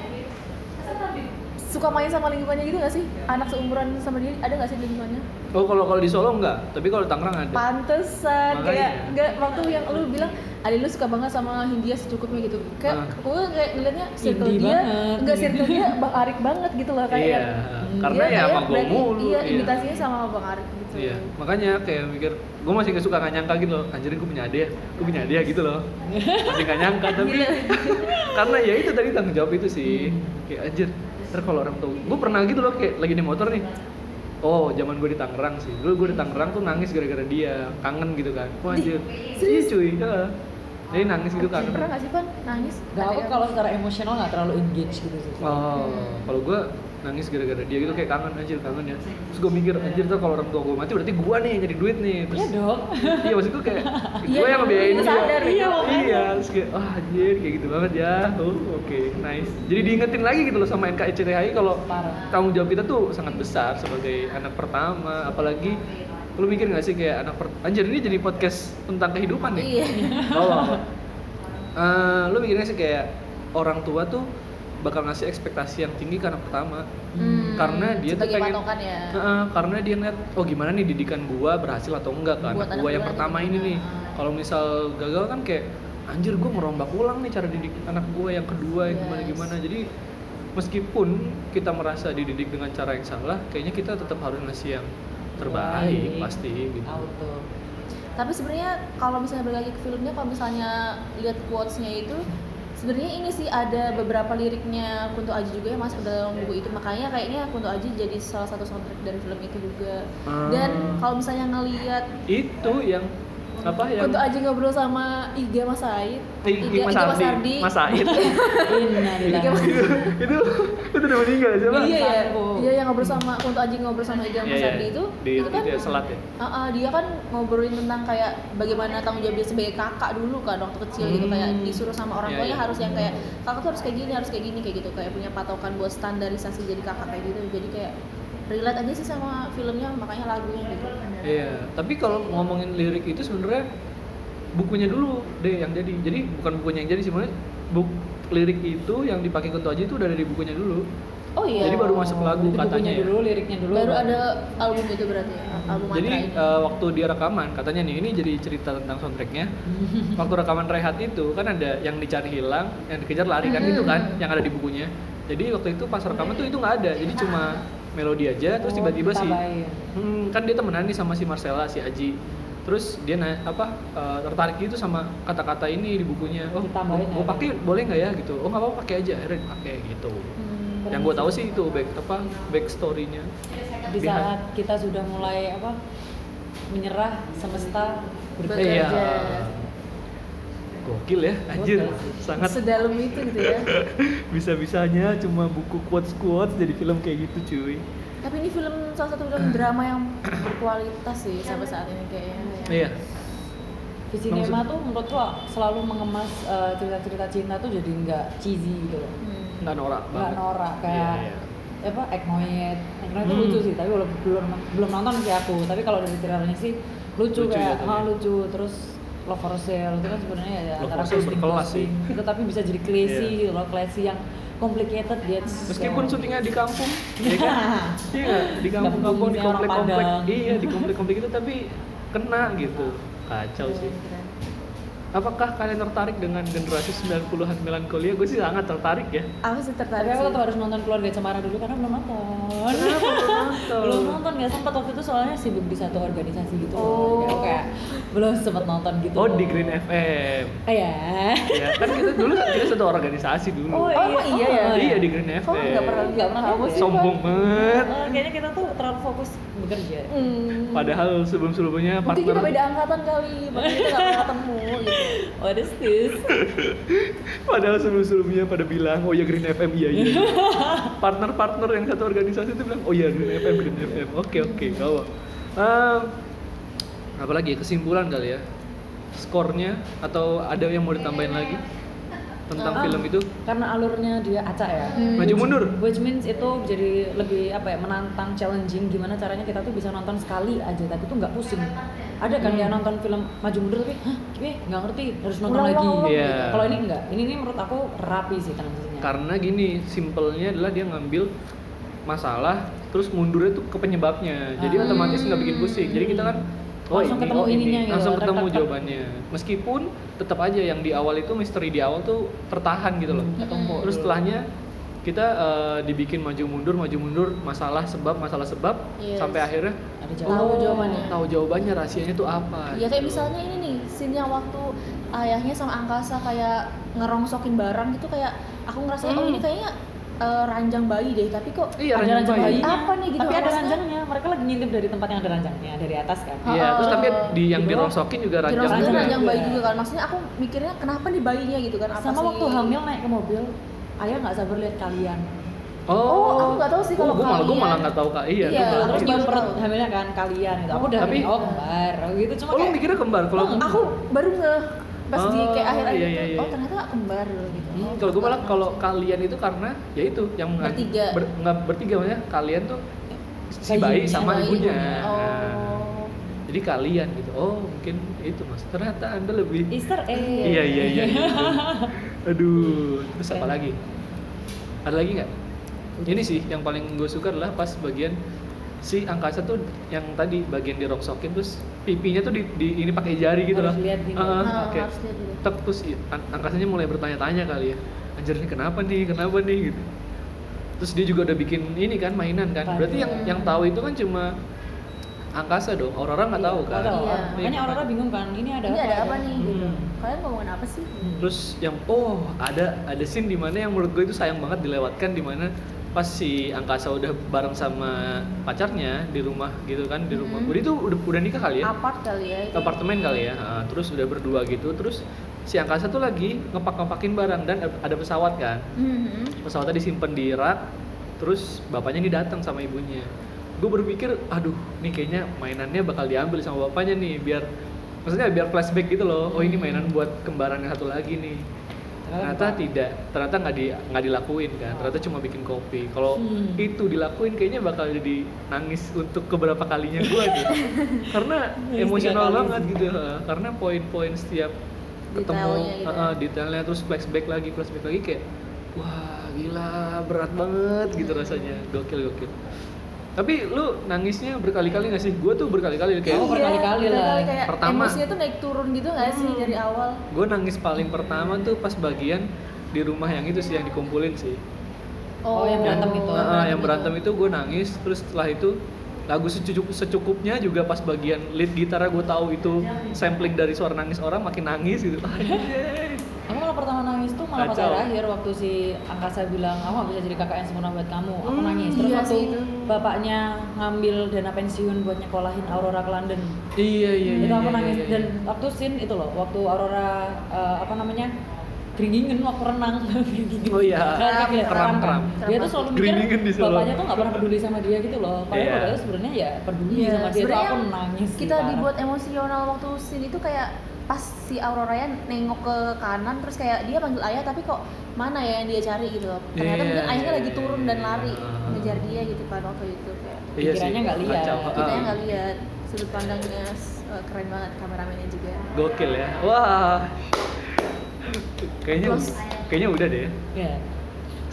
Speaker 10: suka main sama lingkungannya gitu gak sih? Anak seumuran sama dia ada gak sih lingkungannya?
Speaker 6: Oh kalau kalau di Solo enggak, tapi kalau di Tangerang ada.
Speaker 10: Pantesan
Speaker 6: Makanya.
Speaker 10: kayak nggak waktu yang lu bilang Adil lu suka banget sama Hindia secukupnya gitu. Kayak
Speaker 6: Ah.
Speaker 10: gue kayak ngeliatnya circle
Speaker 9: Indie
Speaker 10: dia,
Speaker 9: banget.
Speaker 10: nggak circle dia Bang Arik banget gitu loh kayak.
Speaker 6: iya. Karena
Speaker 10: Dia
Speaker 6: ya
Speaker 10: kayak
Speaker 6: sama gue
Speaker 10: berani-
Speaker 6: mulu.
Speaker 10: Iya, imitasinya sama Bang Arik gitu.
Speaker 6: Iya. Makanya kayak mikir, gue masih nggak suka nggak nyangka gitu loh. Anjirin gue punya adik ya, gue punya adik ya gitu loh. Masih nggak nyangka tapi
Speaker 10: Gitu.
Speaker 6: (laughs) karena ya itu tadi tanggung jawab itu sih. Kayak anjir, ntar kalau orang tahu, gue pernah gitu loh kayak lagi di motor nih. Oh, zaman gue di Tangerang sih. Dulu gue di Tangerang tuh nangis gara-gara dia, kangen gitu kan. Wah anjir, iya cuy. Iya. Jadi nangis gitu kangen.
Speaker 10: Pernah gak sih Pan nangis?
Speaker 9: Gak aku
Speaker 10: Ada-
Speaker 9: kalau secara emosional nggak terlalu engage gitu sih.
Speaker 6: Oh, kalau gue nangis gara-gara dia gitu kayak kangen anjir kangen ya. Terus gue mikir anjir tuh kalau orang tua gue mati berarti gue nih yang nyari duit nih. Terus,
Speaker 9: Iya dong.
Speaker 6: Iya maksud gue
Speaker 10: (laughs)
Speaker 6: kayak
Speaker 10: Iya,
Speaker 6: gue yang ngebiayain
Speaker 10: itu
Speaker 6: dia.
Speaker 10: sadar,
Speaker 6: Iya,
Speaker 10: iya,
Speaker 6: iya. Terus kayak wah anjir kayak gitu banget ya. Oh oke nice. Jadi diingetin lagi gitu loh sama NKCTHI kalau
Speaker 9: Parah.
Speaker 6: tanggung jawab kita tuh sangat besar sebagai anak pertama apalagi lu mikir gak sih kayak anak per anjir ini jadi podcast tentang kehidupan nih (laughs)
Speaker 10: Iya.
Speaker 6: Oh, apa? Eh, lu mikirnya sih kayak orang tua tuh bakal ngasih ekspektasi yang tinggi karena pertama.
Speaker 10: Hmm,
Speaker 6: Karena dia tuh
Speaker 10: sebagai
Speaker 6: pengen-
Speaker 10: patokan ya.
Speaker 6: Heeh, karena dia ngeliat, oh gimana nih didikan gua berhasil atau enggak kan?
Speaker 10: Buat anak
Speaker 6: Gua yang
Speaker 10: gua
Speaker 6: pertama
Speaker 10: nih.
Speaker 6: ini nih.
Speaker 10: Heeh.
Speaker 6: Kalau misal gagal kan kayak anjir gua merombak ulang nih cara didik anak gua yang kedua yang gimana
Speaker 10: Yes.
Speaker 6: gimana. Jadi meskipun kita merasa dididik dengan cara yang salah, kayaknya kita tetap harus ngasih yang terbaik
Speaker 9: Baik.
Speaker 6: pasti gitu.
Speaker 9: Iya. Auto.
Speaker 10: Tapi sebenarnya kalau misalnya balik lagi ke filmnya, kalau misalnya lihat quotes-nya itu sebenarnya ini sih ada beberapa liriknya Kunto Aji juga ya, yang masuk dalam buku itu. Makanya kayaknya Kunto Aji jadi salah satu soundtrack dari film itu juga. Dan
Speaker 6: Hmm.
Speaker 10: kalau misalnya ngelihat
Speaker 6: itu yang apa yang
Speaker 10: Untuk aja ngobrol sama Iga Mas Said.
Speaker 6: Ig- Ig- Mas Ardi, Mas Said.
Speaker 10: Iga Iya, Mas-
Speaker 6: itu (laughs) itu itu udah meninggal siapa? Iya,
Speaker 10: Iya ya. Iya yang ngobrol sama untuk aja ngobrol sama Iga Mas Ardi itu.
Speaker 6: di
Speaker 10: itu kan
Speaker 6: di selat ya.
Speaker 10: Ah, ah, dia kan ngobrolin tentang kayak bagaimana tanggung jawabnya sebagai kakak dulu kan waktu kecil gitu kayak disuruh sama
Speaker 6: Iya,
Speaker 10: orang tuanya
Speaker 6: iya.
Speaker 10: harus yang kayak kakak tuh harus kayak gini harus kayak gini kayak gitu kayak punya patokan buat standarisasi jadi kakak kayak gitu jadi kayak relate aja sih sama filmnya makanya lagunya gitu.
Speaker 6: Iya, tapi kalau ngomongin lirik itu sebenarnya bukunya dulu deh yang jadi. Jadi bukan bukunya yang jadi sebenarnya buk lirik itu yang dipakai Kunto Aji itu udah dari bukunya dulu.
Speaker 10: Oh iya.
Speaker 6: Jadi baru masuk lagu
Speaker 9: Berarti
Speaker 6: katanya.
Speaker 9: bukunya
Speaker 6: ya.
Speaker 9: dulu, liriknya dulu.
Speaker 10: Baru ada album itu berarti ya, album
Speaker 6: Jadi
Speaker 10: Mantra ini.
Speaker 6: eh, waktu dia rekaman katanya nih ini jadi cerita tentang soundtracknya. waktu rekaman Rehat itu kan ada yang dicari hilang, yang dikejar lari kan gitu kan, yang ada di bukunya. Jadi waktu itu pas rekaman tuh itu nggak ada, jadi cuma melodi aja. Terus tiba-tiba
Speaker 9: Oh,
Speaker 6: sih,
Speaker 9: ditambahin.
Speaker 6: hmm, kan dia temenan nih sama si Marcella, si Aji. Terus dia na- apa eh, tertarik gitu sama kata-kata ini di bukunya. Oh,
Speaker 9: Ditambahin
Speaker 6: gue
Speaker 9: aja.
Speaker 6: pakai boleh nggak ya gitu? Oh nggak apa-apa pakai aja, akhirnya dipakai gitu.
Speaker 10: Hmm.
Speaker 6: Yang gue tahu sih itu back apa backstory-nya.
Speaker 9: di saat kita sudah mulai apa menyerah semesta bergerak.
Speaker 6: Iya. Gokil ya, anjir.
Speaker 9: Gokil sih.
Speaker 6: Sangat
Speaker 10: Sedalam itu gitu
Speaker 6: (laughs)
Speaker 10: ya.
Speaker 6: bisa-bisanya cuma buku quotes-quotes jadi film kayak gitu cuy.
Speaker 10: Tapi ini film salah satu film drama yang berkualitas sih sampai saat ini kayaknya.
Speaker 6: Iya.
Speaker 9: Di sinema tuh menurutku selalu mengemas eh, cerita-cerita cinta tuh jadi nggak cheesy gitu loh.
Speaker 6: Nggak norak
Speaker 9: Nggak
Speaker 6: banget.
Speaker 9: norak
Speaker 6: Iya,
Speaker 9: kayak
Speaker 6: iya.
Speaker 9: apa Ek Noyet. Ek Noyet tuh
Speaker 6: Hmm.
Speaker 9: lucu sih, tapi belum belum belum nonton sih aku. Tapi kalau dari trailernya sih
Speaker 6: Lucu
Speaker 9: lucu,
Speaker 6: ya
Speaker 9: kayak
Speaker 6: jatuhnya.
Speaker 9: ah, lucu terus Love for Sale itu kan sebenarnya ya
Speaker 6: Love
Speaker 9: antara
Speaker 6: for Sale berkelas
Speaker 9: ghosting itu tapi bisa jadi
Speaker 6: Iya. Ah.
Speaker 9: classy gitu loh, classy yang complicated dia
Speaker 6: Meskipun syutingnya di kampung, ya kan? Iya
Speaker 10: (laughs)
Speaker 6: nggak? Di kampung-kampung, di
Speaker 9: Kampungnya orang
Speaker 6: komplek-komplek.
Speaker 9: Padang.
Speaker 6: Iya, di komplek-komplek itu tapi kena gitu. Kacau sih. Apakah kalian tertarik dengan generasi 90-an melankolia? Gue sih sangat tertarik ya.
Speaker 10: Aku sih
Speaker 9: Tapi
Speaker 10: tertarik
Speaker 9: aku
Speaker 10: sih.
Speaker 9: tetap harus nonton Keluarga Cemara dulu karena belum nonton.
Speaker 6: nonton?
Speaker 9: belum nonton nggak sempat waktu itu soalnya sibuk di satu organisasi gitu. loh. Jadi aku kayak belum sempat nonton gitu.
Speaker 6: Oh, di Green FM.
Speaker 9: Ah, ya.
Speaker 6: Ya, kan kita dulu kita satu organisasi dulu.
Speaker 9: Oh,
Speaker 10: Oh, emang iya ya?
Speaker 6: Iya di Green FM.
Speaker 10: Kok nggak pernah nggak pernah tahu
Speaker 9: ya.
Speaker 10: sih?
Speaker 6: Sombong banget.
Speaker 9: Oh, kayaknya kita tuh terlalu fokus bekerja.
Speaker 10: Hmm.
Speaker 6: Padahal sebelum-sebelumnya
Speaker 10: Mungkin kita beda
Speaker 6: partner
Speaker 10: angkatan kali, makanya kita nggak pernah ketemu gitu.
Speaker 9: What is this?
Speaker 6: padahal sebelum-sebelumnya pada bilang, "Oh ya Green FM iya iya." Partner-partner yang satu organisasi itu bilang, "Oh ya Green FM Green FM." Oke oke, gak apa. Em, apalagi ya, kesimpulan kali ya. Skornya atau ada yang mau ditambahin lagi tentang film itu?
Speaker 9: Karena alurnya dia acak ya.
Speaker 10: Hmm.
Speaker 6: Maju mundur.
Speaker 9: Which means itu jadi lebih apa ya menantang, challenging. Gimana caranya kita tuh bisa nonton sekali aja, tapi tuh nggak pusing. Ada kan
Speaker 10: Hmm.
Speaker 9: yang nonton film maju mundur tapi, hah, eh nggak ngerti, harus nonton
Speaker 10: Ulang,
Speaker 9: lagi.
Speaker 10: ulang,
Speaker 6: ulang. Iya.
Speaker 9: Gitu. Kalau ini enggak, ini nih menurut aku rapi sih transisinya.
Speaker 6: Karena gini, simpelnya adalah dia ngambil masalah terus mundurnya tuh ke penyebabnya. Jadi
Speaker 9: Ah.
Speaker 6: otomatis nggak bikin pusing. Jadi kita kan oh
Speaker 9: Langsung
Speaker 6: ini,
Speaker 9: ketemu
Speaker 6: oh ini.
Speaker 9: ininya gitu,
Speaker 6: langsung
Speaker 9: tak,
Speaker 6: ketemu
Speaker 9: tak, tak.
Speaker 6: jawabannya. Meskipun tetap aja yang di awal itu misteri di awal tuh tertahan gitu loh.
Speaker 9: ketumpuk
Speaker 6: Terus
Speaker 9: dulu.
Speaker 6: setelahnya kita eh, dibikin maju mundur, maju mundur, masalah sebab, masalah sebab
Speaker 10: Yes.
Speaker 6: sampai akhirnya "Oh,
Speaker 9: Ada jawaban.
Speaker 10: Tahu jawabannya.
Speaker 6: Tahu jawabannya rahasianya tuh apa?
Speaker 9: Iya,
Speaker 10: Ya kayak
Speaker 6: gitu.
Speaker 10: misalnya ini nih, scene yang waktu ayahnya sama angkasa kayak ngerongsokin barang gitu kayak aku ngerasa oh ini kayaknya eh, ranjang bayi deh, tapi kok
Speaker 6: Iya, Hmm.
Speaker 9: ada
Speaker 6: ranjang
Speaker 9: ranjang
Speaker 6: bayi.
Speaker 9: bayinya.
Speaker 10: Apa nih gitu,
Speaker 9: Tapi ada
Speaker 10: maksudnya?
Speaker 9: ranjangnya. Mereka lagi ngintip dari tempat yang ada ranjangnya, dari atas kan.
Speaker 6: Iya, terus tapi di yang
Speaker 9: Di bawah.
Speaker 6: dirongsokin juga ranjang.
Speaker 10: dirongsokin
Speaker 6: juga.
Speaker 10: ranjang
Speaker 9: juga.
Speaker 10: bayi juga kan. Maksudnya aku mikirnya kenapa nih bayinya gitu kan? Apa
Speaker 9: Sama
Speaker 10: sih?
Speaker 9: waktu hamil naik ke mobil, ayah nggak sabar lihat kalian.
Speaker 6: Oh,
Speaker 10: aku nggak tahu sih kalau
Speaker 6: gue malah gue
Speaker 10: kalian.
Speaker 6: malah nggak tahu kak. Iya,
Speaker 10: Iya.
Speaker 6: gua-
Speaker 9: terus
Speaker 10: aku
Speaker 9: nyium
Speaker 10: juga
Speaker 9: perut
Speaker 10: tahu.
Speaker 9: hamilnya kan kalian gitu. Aku udah
Speaker 6: Tapi-
Speaker 9: mikir, oh kembar gitu cuma
Speaker 6: Oh, lu
Speaker 9: kayak
Speaker 6: mikirnya kembar kalau
Speaker 10: Hmm, Aku baru nge pas di kayak
Speaker 6: Oh,
Speaker 10: akhir-akhir
Speaker 6: iya,
Speaker 10: itu,
Speaker 6: iya, iya.
Speaker 10: oh ternyata kembar loh gitu.
Speaker 6: Hmm, kalau gue malah kalau kalian itu karena ya itu yang mengan-
Speaker 10: Bertiga.
Speaker 6: ber- nggak bertiga maksudnya kalian tuh si
Speaker 9: Bayi,
Speaker 6: bayi
Speaker 9: si
Speaker 6: sama
Speaker 10: bayi.
Speaker 6: ibunya.
Speaker 10: iya, Oh.
Speaker 6: Nah, jadi kalian gitu. Oh, mungkin itu Mas. Ternyata Anda lebih
Speaker 9: Easter egg.
Speaker 6: Iya, iya, iya. gitu. (laughs) Aduh, terus apa lagi? Ada lagi nggak? Ini sih yang paling gue suka adalah pas bagian si angkasa tuh yang tadi bagian dirongsokin terus pipinya tuh di, di- ini pakai jari gitu
Speaker 9: Harus
Speaker 6: loh.
Speaker 9: lihat gini.
Speaker 6: Heeh,
Speaker 10: Nah,
Speaker 6: kayak-
Speaker 10: harus lihat dulu.
Speaker 6: Tek, terus i- an- angkasanya mulai bertanya-tanya kali ya anjir ini kenapa nih kenapa nih gitu terus dia juga udah bikin ini kan mainan kan berarti yang yang tahu itu kan cuma angkasa dong aurora nggak tahu kan
Speaker 10: Iya.
Speaker 9: Makanya Aurora bingung kan, ini ada
Speaker 10: Ini
Speaker 9: apa?
Speaker 10: ada
Speaker 9: ya?
Speaker 10: apa nih? gitu.
Speaker 6: Hmm.
Speaker 10: Kalian ngomongin apa sih?
Speaker 6: terus yang oh ada ada scene di mana yang menurut gue itu sayang banget dilewatkan di mana pas si angkasa udah bareng sama pacarnya di rumah gitu kan di rumah udah itu udah, udah nikah kali ya
Speaker 10: apart kali ya itu.
Speaker 6: apartemen kali ya ha, terus udah berdua gitu terus si angkasa tuh lagi ngepak ngepakin barang dan ada pesawat kan
Speaker 10: Mhm.
Speaker 6: pesawatnya disimpan di rak terus bapaknya ini datang sama ibunya gue berpikir aduh nih kayaknya mainannya bakal diambil sama bapaknya nih biar maksudnya biar flashback gitu loh oh ini mainan buat kembaran yang satu lagi nih ternyata tidak ternyata nggak di nggak dilakuin kan ternyata cuma bikin kopi kalau
Speaker 9: Hmm.
Speaker 6: itu dilakuin kayaknya bakal jadi nangis untuk keberapa kalinya gue gitu
Speaker 9: (laughs)
Speaker 6: karena
Speaker 9: Nangis
Speaker 6: emosional
Speaker 9: tiga kali.
Speaker 6: banget gitu ha. karena poin-poin setiap ketemu
Speaker 10: Detailnya gitu.
Speaker 6: ha-ha,
Speaker 9: ya?
Speaker 6: detailnya terus flashback lagi flashback lagi kayak wah gila berat banget gitu rasanya gokil gokil tapi lu nangisnya berkali-kali nggak sih gue tuh berkali-kali kayak
Speaker 9: Oh, berkali-kali
Speaker 10: Iya,
Speaker 9: lah.
Speaker 10: berkali-kali kayak
Speaker 6: Pertama.
Speaker 10: emosinya tuh naik turun gitu nggak sih dari awal
Speaker 6: gue nangis paling pertama tuh pas bagian di rumah yang itu sih yang dikumpulin sih
Speaker 9: Oh, yang berantem itu.
Speaker 6: Ah, ah, yang berantem itu gue nangis terus setelah itu lagu secucup- secukupnya juga pas bagian lead gitarnya gue tahu itu sampling dari suara nangis orang makin nangis
Speaker 9: (laughs)
Speaker 6: gitu Anjay.
Speaker 9: Aku malah pertama nangis tuh malah pas
Speaker 6: Kacau.
Speaker 9: akhir akhir waktu si angkasa bilang aku gak bisa jadi kakak yang sempurna buat kamu. Aku
Speaker 6: Hmm,
Speaker 9: nangis. Terus
Speaker 10: iya
Speaker 9: waktu
Speaker 10: sih itu.
Speaker 9: bapaknya ngambil dana pensiun buat nyekolahin Aurora ke London.
Speaker 6: iya iya iya
Speaker 9: itu aku
Speaker 6: iya,
Speaker 9: nangis
Speaker 6: iya, iya.
Speaker 9: dan waktu scene itu loh, waktu Aurora eh, apa namanya? Geringingan waktu renang.
Speaker 6: (laughs)
Speaker 9: Geringingan.
Speaker 6: Oh iya.
Speaker 9: Kan, kan, ya,
Speaker 6: Kram,
Speaker 9: kan.
Speaker 6: kram.
Speaker 9: Dia tuh selalu
Speaker 6: Geringingan di
Speaker 9: mikir
Speaker 6: Solo.
Speaker 9: bapaknya tuh gak pernah peduli sama dia gitu loh. Padahal
Speaker 6: Iya.
Speaker 9: bapaknya sebenarnya ya peduli
Speaker 10: Iya,
Speaker 9: sama dia. Itu
Speaker 10: sebenarnya
Speaker 9: aku nangis. sih,
Speaker 10: kita
Speaker 9: parah.
Speaker 10: dibuat emosional waktu scene itu kayak pas si Aurora ya nengok ke kanan terus kayak dia panggil ayah tapi kok mana ya yang dia cari gitu loh ternyata
Speaker 6: Iya,
Speaker 10: mungkin ayahnya
Speaker 6: iya,
Speaker 10: lagi
Speaker 6: iya,
Speaker 10: turun dan lari
Speaker 6: iya.
Speaker 10: ngejar dia gitu kan waktu itu kayak
Speaker 6: Iya sih,
Speaker 9: pikirannya nggak lihat.
Speaker 6: kacau,
Speaker 10: kita yang
Speaker 6: ah.
Speaker 10: nggak lihat sudut pandangnya eh, keren banget kameramennya juga
Speaker 6: gokil ya wah kayaknya
Speaker 10: Close.
Speaker 6: kayaknya udah deh
Speaker 9: Ya.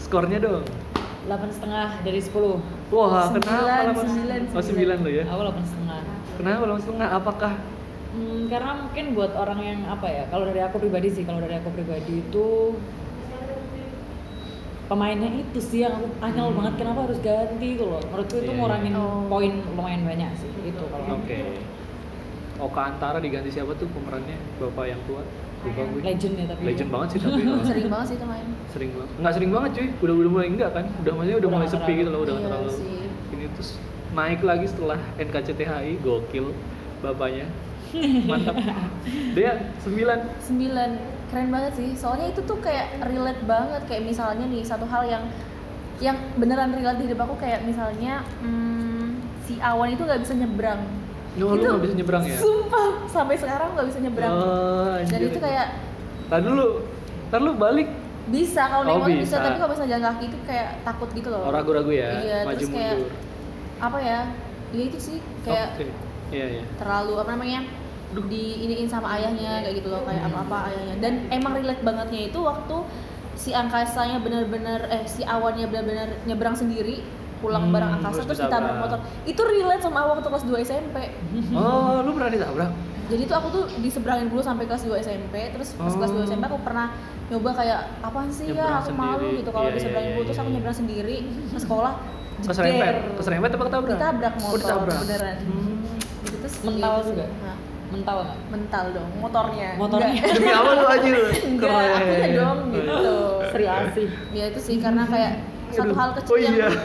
Speaker 6: skornya dong
Speaker 9: Delapan setengah dari sepuluh.
Speaker 6: wah kenapa
Speaker 10: Sembilan,
Speaker 6: lama
Speaker 10: sembilan,
Speaker 6: oh sembilan lo ya
Speaker 9: Aku delapan setengah.
Speaker 6: kenapa lama setengah apakah
Speaker 9: Hmm, karena mungkin buat orang yang apa ya, kalau dari aku pribadi sih, kalau dari aku pribadi itu pemainnya itu sih yang aku anyel banget kenapa harus ganti itu loh. Menurutku itu
Speaker 6: Hmm. Iya,
Speaker 9: ngurangin
Speaker 10: iya. Oh.
Speaker 9: poin lumayan banyak sih itu kalau
Speaker 6: oke Oka Antara diganti siapa tuh pemerannya bapak yang tua lupa gue
Speaker 9: legend ya tapi
Speaker 6: legend banget sih tapi oh.
Speaker 10: (laughs) sering banget sih itu main
Speaker 6: sering banget nggak sering banget cuy udah udah mulai enggak kan udah maksudnya udah
Speaker 9: Udah
Speaker 6: mulai
Speaker 9: nggak
Speaker 6: sepi
Speaker 9: terlalu.
Speaker 6: gitu loh udah nggak
Speaker 10: Iya
Speaker 6: terlalu
Speaker 10: sih.
Speaker 6: ini terus naik lagi setelah NKCTHI gokil bapaknya
Speaker 10: (laughs)
Speaker 6: mantap dia 9
Speaker 10: 9 keren banget sih soalnya itu tuh kayak relate banget kayak misalnya nih satu hal yang yang beneran relate di hidup aku kayak misalnya hmm, si awan itu nggak bisa nyebrang
Speaker 6: no, lu
Speaker 10: Itu
Speaker 6: nggak bisa nyebrang ya
Speaker 10: sumpah sampai sekarang nggak bisa nyebrang
Speaker 6: Oh,
Speaker 10: dan
Speaker 6: anjir.
Speaker 10: itu kayak
Speaker 6: Ntar dulu, ntar lu balik
Speaker 10: bisa kalau
Speaker 6: Oh,
Speaker 10: naik motor bisa
Speaker 6: bisa.
Speaker 10: tapi kalau misalnya jalan kaki itu kayak takut gitu loh
Speaker 6: Oh ragu-ragu ya,
Speaker 10: Iya,
Speaker 6: maju
Speaker 10: terus kayak
Speaker 6: mundur
Speaker 10: apa ya ya itu sih kayak
Speaker 6: Oke, iya
Speaker 10: (laughs)
Speaker 6: iya
Speaker 10: terlalu apa namanya di iniin sama ayahnya kayak gitu loh
Speaker 6: Iya.
Speaker 10: kayak apa-apa ayahnya dan emang relate bangetnya itu waktu si angkasanya benar-benar eh si awannya benar-benar nyebrang sendiri pulang
Speaker 6: Hmm,
Speaker 10: bareng angkasa
Speaker 6: terus
Speaker 10: terus ditabrak
Speaker 6: ditabrak.
Speaker 10: motor itu relate sama waktu kelas 2
Speaker 6: (laughs)
Speaker 10: SMP
Speaker 6: Oh, lu pernah ditabrak?
Speaker 10: jadi tuh aku tuh diseberangin dulu sampai kelas 2 SMP terus pas
Speaker 6: Oh.
Speaker 10: kelas 2 SMP aku pernah nyoba kayak apaan sih
Speaker 6: Nyebrang
Speaker 10: ya aku malu
Speaker 6: sendiri.
Speaker 10: gitu kalau
Speaker 6: Iya, iya,
Speaker 10: diseberangin
Speaker 6: iya,
Speaker 10: dulu terus aku
Speaker 6: iya.
Speaker 10: nyebrang
Speaker 6: (laughs)
Speaker 10: sendiri ke sekolah
Speaker 6: Pas
Speaker 10: jejer.
Speaker 6: rempet, pas rempet apa ketabrak?
Speaker 10: ditabrak
Speaker 6: Oh,
Speaker 10: motor
Speaker 6: ditabrak.
Speaker 10: beneran
Speaker 6: Hmm.
Speaker 10: gitu terus
Speaker 9: Mental
Speaker 10: gitu sih.
Speaker 9: juga?
Speaker 10: Nah,
Speaker 9: mental nggak?
Speaker 10: mental dong motornya
Speaker 9: Motornya.
Speaker 10: Enggak.
Speaker 6: Demi apa lu anjir? (laughs)
Speaker 10: enggak akunya
Speaker 6: Keren. Oh, Iya.
Speaker 10: dong gitu
Speaker 9: Seriasi.
Speaker 10: ya itu sih karena kayak satu
Speaker 6: Aduh.
Speaker 10: hal kecil
Speaker 6: Oh iya,
Speaker 10: yang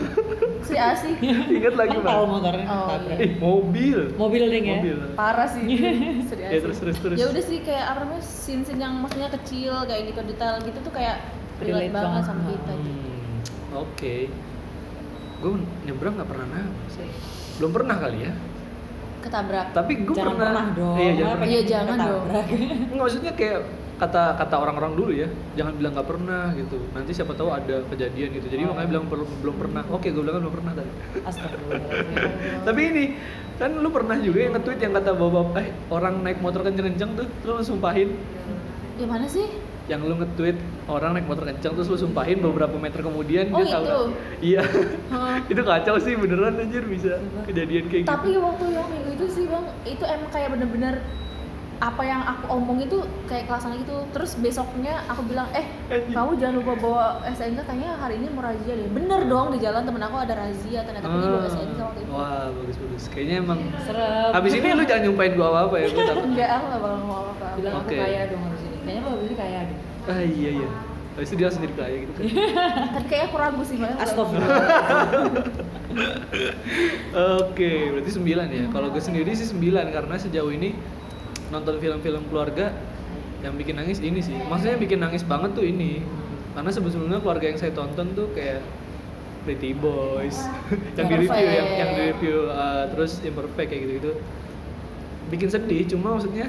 Speaker 10: sri asih
Speaker 6: ingat lagi
Speaker 9: mental
Speaker 6: bang
Speaker 9: motornya.
Speaker 10: Oh,
Speaker 9: tabrak.
Speaker 6: Ih, mobil
Speaker 9: Mobil ding ya.
Speaker 6: Mobil
Speaker 10: parah sih sri
Speaker 6: Ya
Speaker 10: asih
Speaker 6: terus terus terus
Speaker 10: ya udah sih kayak apa namanya scene scene yang maksudnya kecil kayak gitu detail gitu tuh kayak relate
Speaker 9: Relate
Speaker 10: banget
Speaker 9: banget.
Speaker 10: sama kita gitu.
Speaker 6: Hmm, Oke Gue nyebrang nggak pernah nabrak sih Belum pernah kali ya
Speaker 10: ketabrak
Speaker 6: Tapi gue
Speaker 9: Jangan
Speaker 6: pernah
Speaker 9: pernah dong.
Speaker 6: Iya, jangan
Speaker 9: Apa
Speaker 6: pernah.
Speaker 10: Iya, jangan dong. (laughs)
Speaker 9: ketabrak?
Speaker 6: Nggak, maksudnya kayak kata kata orang-orang dulu ya jangan bilang nggak pernah gitu nanti siapa tahu ada kejadian gitu jadi
Speaker 9: Oh.
Speaker 6: makanya bilang belum belum pernah oke gue bilang kan belum pernah tadi
Speaker 9: Astagfirullahaladzim.
Speaker 6: tapi ini kan lu pernah juga yang nge-tweet yang kata bapak eh orang naik motor kenceng-kenceng tuh terus lu sumpahin
Speaker 10: ya mana sih
Speaker 6: yang lu nge-tweet orang naik motor kenceng terus lu sumpahin beberapa meter kemudian
Speaker 10: Oh,
Speaker 6: dia tahu
Speaker 10: itu?
Speaker 6: iya
Speaker 10: Hah.
Speaker 6: (laughs)
Speaker 10: Iya.
Speaker 6: itu kacau sih beneran anjir bisa kejadian kayak
Speaker 10: tapi
Speaker 6: gitu
Speaker 10: waktu yang minggu itu sih bang itu emang kayak bener-bener apa yang aku omong itu kayak kelasan gitu terus besoknya aku bilang eh
Speaker 6: Anjing.
Speaker 10: kamu jangan lupa bawa SNK kayaknya hari ini mau razia deh bener dong di jalan temen aku ada razia ternyata aku bawa
Speaker 6: Ah.
Speaker 10: SNK waktu itu
Speaker 6: wah bagus bagus kayaknya emang
Speaker 9: Serem.
Speaker 6: habis ini lu jangan nyumpahin gua apa apa ya gua takut
Speaker 10: enggak aku gak bakal ngomong apa-apa
Speaker 9: bilang
Speaker 6: Oke.
Speaker 9: aku kaya dong habis ini. Kayaknya lo habis ini kaya deh.
Speaker 6: ah iya iya Habis itu dia langsung jadi kaya gitu kan.
Speaker 10: (laughs) Tapi kayaknya aku ragu sih makanya. aku ragu.
Speaker 6: Oke, berarti 9 ya. Kalau gue sendiri sih 9 karena sejauh ini nonton film-film keluarga yang bikin nangis ini sih. Maksudnya yang bikin nangis banget tuh ini. Karena sebelumnya keluarga yang saya tonton tuh kayak Pretty Boys yang di review yang yang di review uh, terus imperfect kayak gitu-gitu. Bikin sedih, cuma maksudnya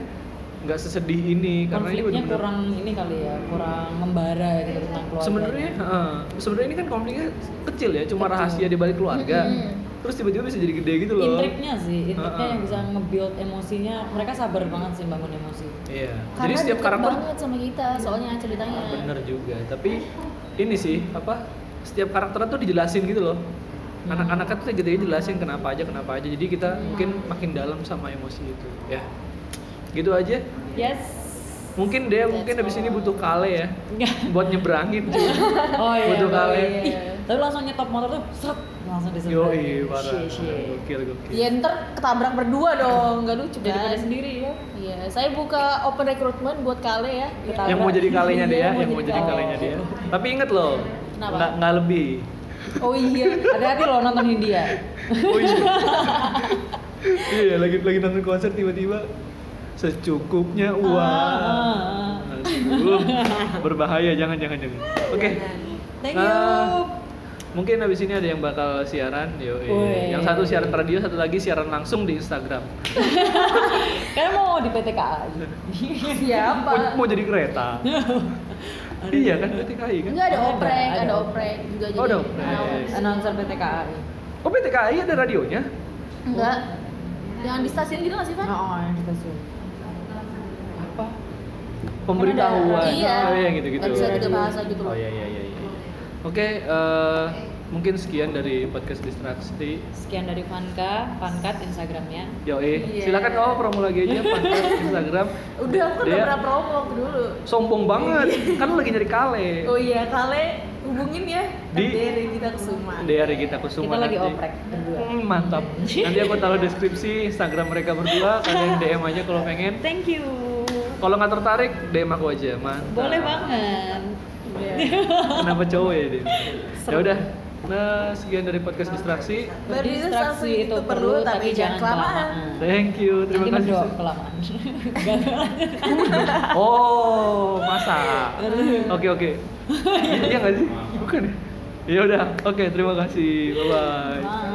Speaker 6: nggak sesedih ini karena ini
Speaker 9: konfliknya
Speaker 6: bener-bener-
Speaker 9: kurang ini kali ya kurang membara gitu tentang keluarga
Speaker 6: sebenarnya heeh. sebenarnya ini kan konfliknya kecil ya cuma
Speaker 9: Kecil.
Speaker 6: rahasia di balik keluarga terus tiba-tiba bisa jadi gede gitu loh
Speaker 9: intriknya sih intriknya
Speaker 6: Heeh.
Speaker 9: yang bisa nge-build emosinya mereka sabar banget sih bangun
Speaker 6: (laughs)
Speaker 9: emosi
Speaker 6: iya
Speaker 10: Karena
Speaker 6: jadi setiap
Speaker 10: deket
Speaker 6: karakter Hmm. Ah,
Speaker 10: banget sama kita soalnya ceritanya.
Speaker 6: bener juga tapi ini sih apa setiap karakternya tuh dijelasin gitu loh
Speaker 9: Mm.
Speaker 6: anak-anaknya tuh gede jelasin kenapa aja kenapa aja jadi kita mungkin makin dalam sama emosi itu ya gitu aja
Speaker 9: yes
Speaker 6: mungkin deh mungkin habis ini butuh
Speaker 9: (laughs)
Speaker 6: kale ya buat nyeberangin
Speaker 9: oh iya
Speaker 6: butuh
Speaker 9: betul,
Speaker 6: kale
Speaker 9: iya. tapi langsung nyetop motor tuh seret langsung diseberang
Speaker 6: Yoi, parah.
Speaker 9: Shit, shit.
Speaker 6: Gokil, gokil.
Speaker 10: Ya ntar ketabrak berdua dong, nggak lucu
Speaker 9: daripada
Speaker 10: kan?
Speaker 9: sendiri ya
Speaker 10: Iya, saya buka open recruitment buat kale ya.
Speaker 9: Ketabrak.
Speaker 6: yang mau jadi kalenya dia,
Speaker 9: Iya,
Speaker 6: yang mau jadi
Speaker 9: kale.
Speaker 6: kalenya dia. Tapi inget loh,
Speaker 10: Kenapa?
Speaker 6: nggak nggak lebih.
Speaker 9: oh iya hati-hati loh nonton ya. Hindia
Speaker 6: Oh iya. (laughs) iya, lagi lagi nonton konser tiba-tiba secukupnya uang.
Speaker 9: Ah, ah,
Speaker 6: Aduh, berbahaya, jangan jangan jangan. Oke.
Speaker 9: thank you
Speaker 6: Ah, mungkin habis ini ada yang bakal siaran, yo. iya.
Speaker 9: Wih.
Speaker 6: Yang satu siaran radio, satu lagi siaran langsung di Instagram.
Speaker 9: kalian mau di PT
Speaker 6: (laughs)
Speaker 9: KAI
Speaker 10: Siapa?
Speaker 6: Oh, Mau, mau jadi (laughs) kereta. iya kan, PTKI kan?
Speaker 10: Enggak ada
Speaker 9: Ada,
Speaker 10: oprek,
Speaker 9: ada
Speaker 10: ada
Speaker 9: oprek.
Speaker 10: oprek juga jadi.
Speaker 6: Oh, ada oprek.
Speaker 10: announce.
Speaker 9: announcer PT KAI
Speaker 6: Oh PTKI ada radionya?
Speaker 10: Enggak. Jangan di stasiun gitu nggak sih, Van?
Speaker 9: oh yang di stasiun apa
Speaker 6: Pemberitahuan.
Speaker 10: Iya.
Speaker 6: Oh iya gitu-gitu.
Speaker 10: Nggak bisa tiga bahasa gitu loh.
Speaker 6: Oh iya iya iya. iya. Oke, eh, mungkin sekian dari podcast distraksi.
Speaker 9: sekian dari Vanka Vankat Instagramnya
Speaker 6: Yoi,
Speaker 10: Iya.
Speaker 6: silakan kamu promo lagi
Speaker 10: (laughs)
Speaker 6: aja podcast Instagram.
Speaker 10: Udah, aku kan udah
Speaker 6: Dia-
Speaker 10: pernah promo waktu dulu. Iya.
Speaker 6: Sombong banget, kan lu lagi nyari kale.
Speaker 10: Oh iya, kale hubungin ya.
Speaker 6: Di-
Speaker 10: dari kita Kusuma.
Speaker 6: Dari kita kusuma
Speaker 9: kita lagi
Speaker 6: nanti.
Speaker 9: oprek berdua
Speaker 6: Hmm,
Speaker 10: (laughs)
Speaker 6: mantap. Nanti aku taruh deskripsi Instagram mereka berdua. Kalian DM aja kalau pengen.
Speaker 9: thank you
Speaker 6: Kalau nggak tertarik, DM aku aja. Mantap.
Speaker 9: boleh banget
Speaker 6: Kenapa cowok ya, Din? Ya udah. Nah, sekian dari podcast distraksi.
Speaker 10: Berdistraksi itu perlu, tapi jangan kelamaan. Ah,
Speaker 6: Thank you.
Speaker 9: Terima
Speaker 6: Terima
Speaker 9: Nanti
Speaker 6: kasih.
Speaker 9: berdoa kelamaan.
Speaker 6: (laughs) Oh, masa. Oke, (laughs) oke. Iya nggak sih? Bukan ya? Ya udah. Oke, terima kasih. Bye bye.
Speaker 10: ah,
Speaker 9: Bye.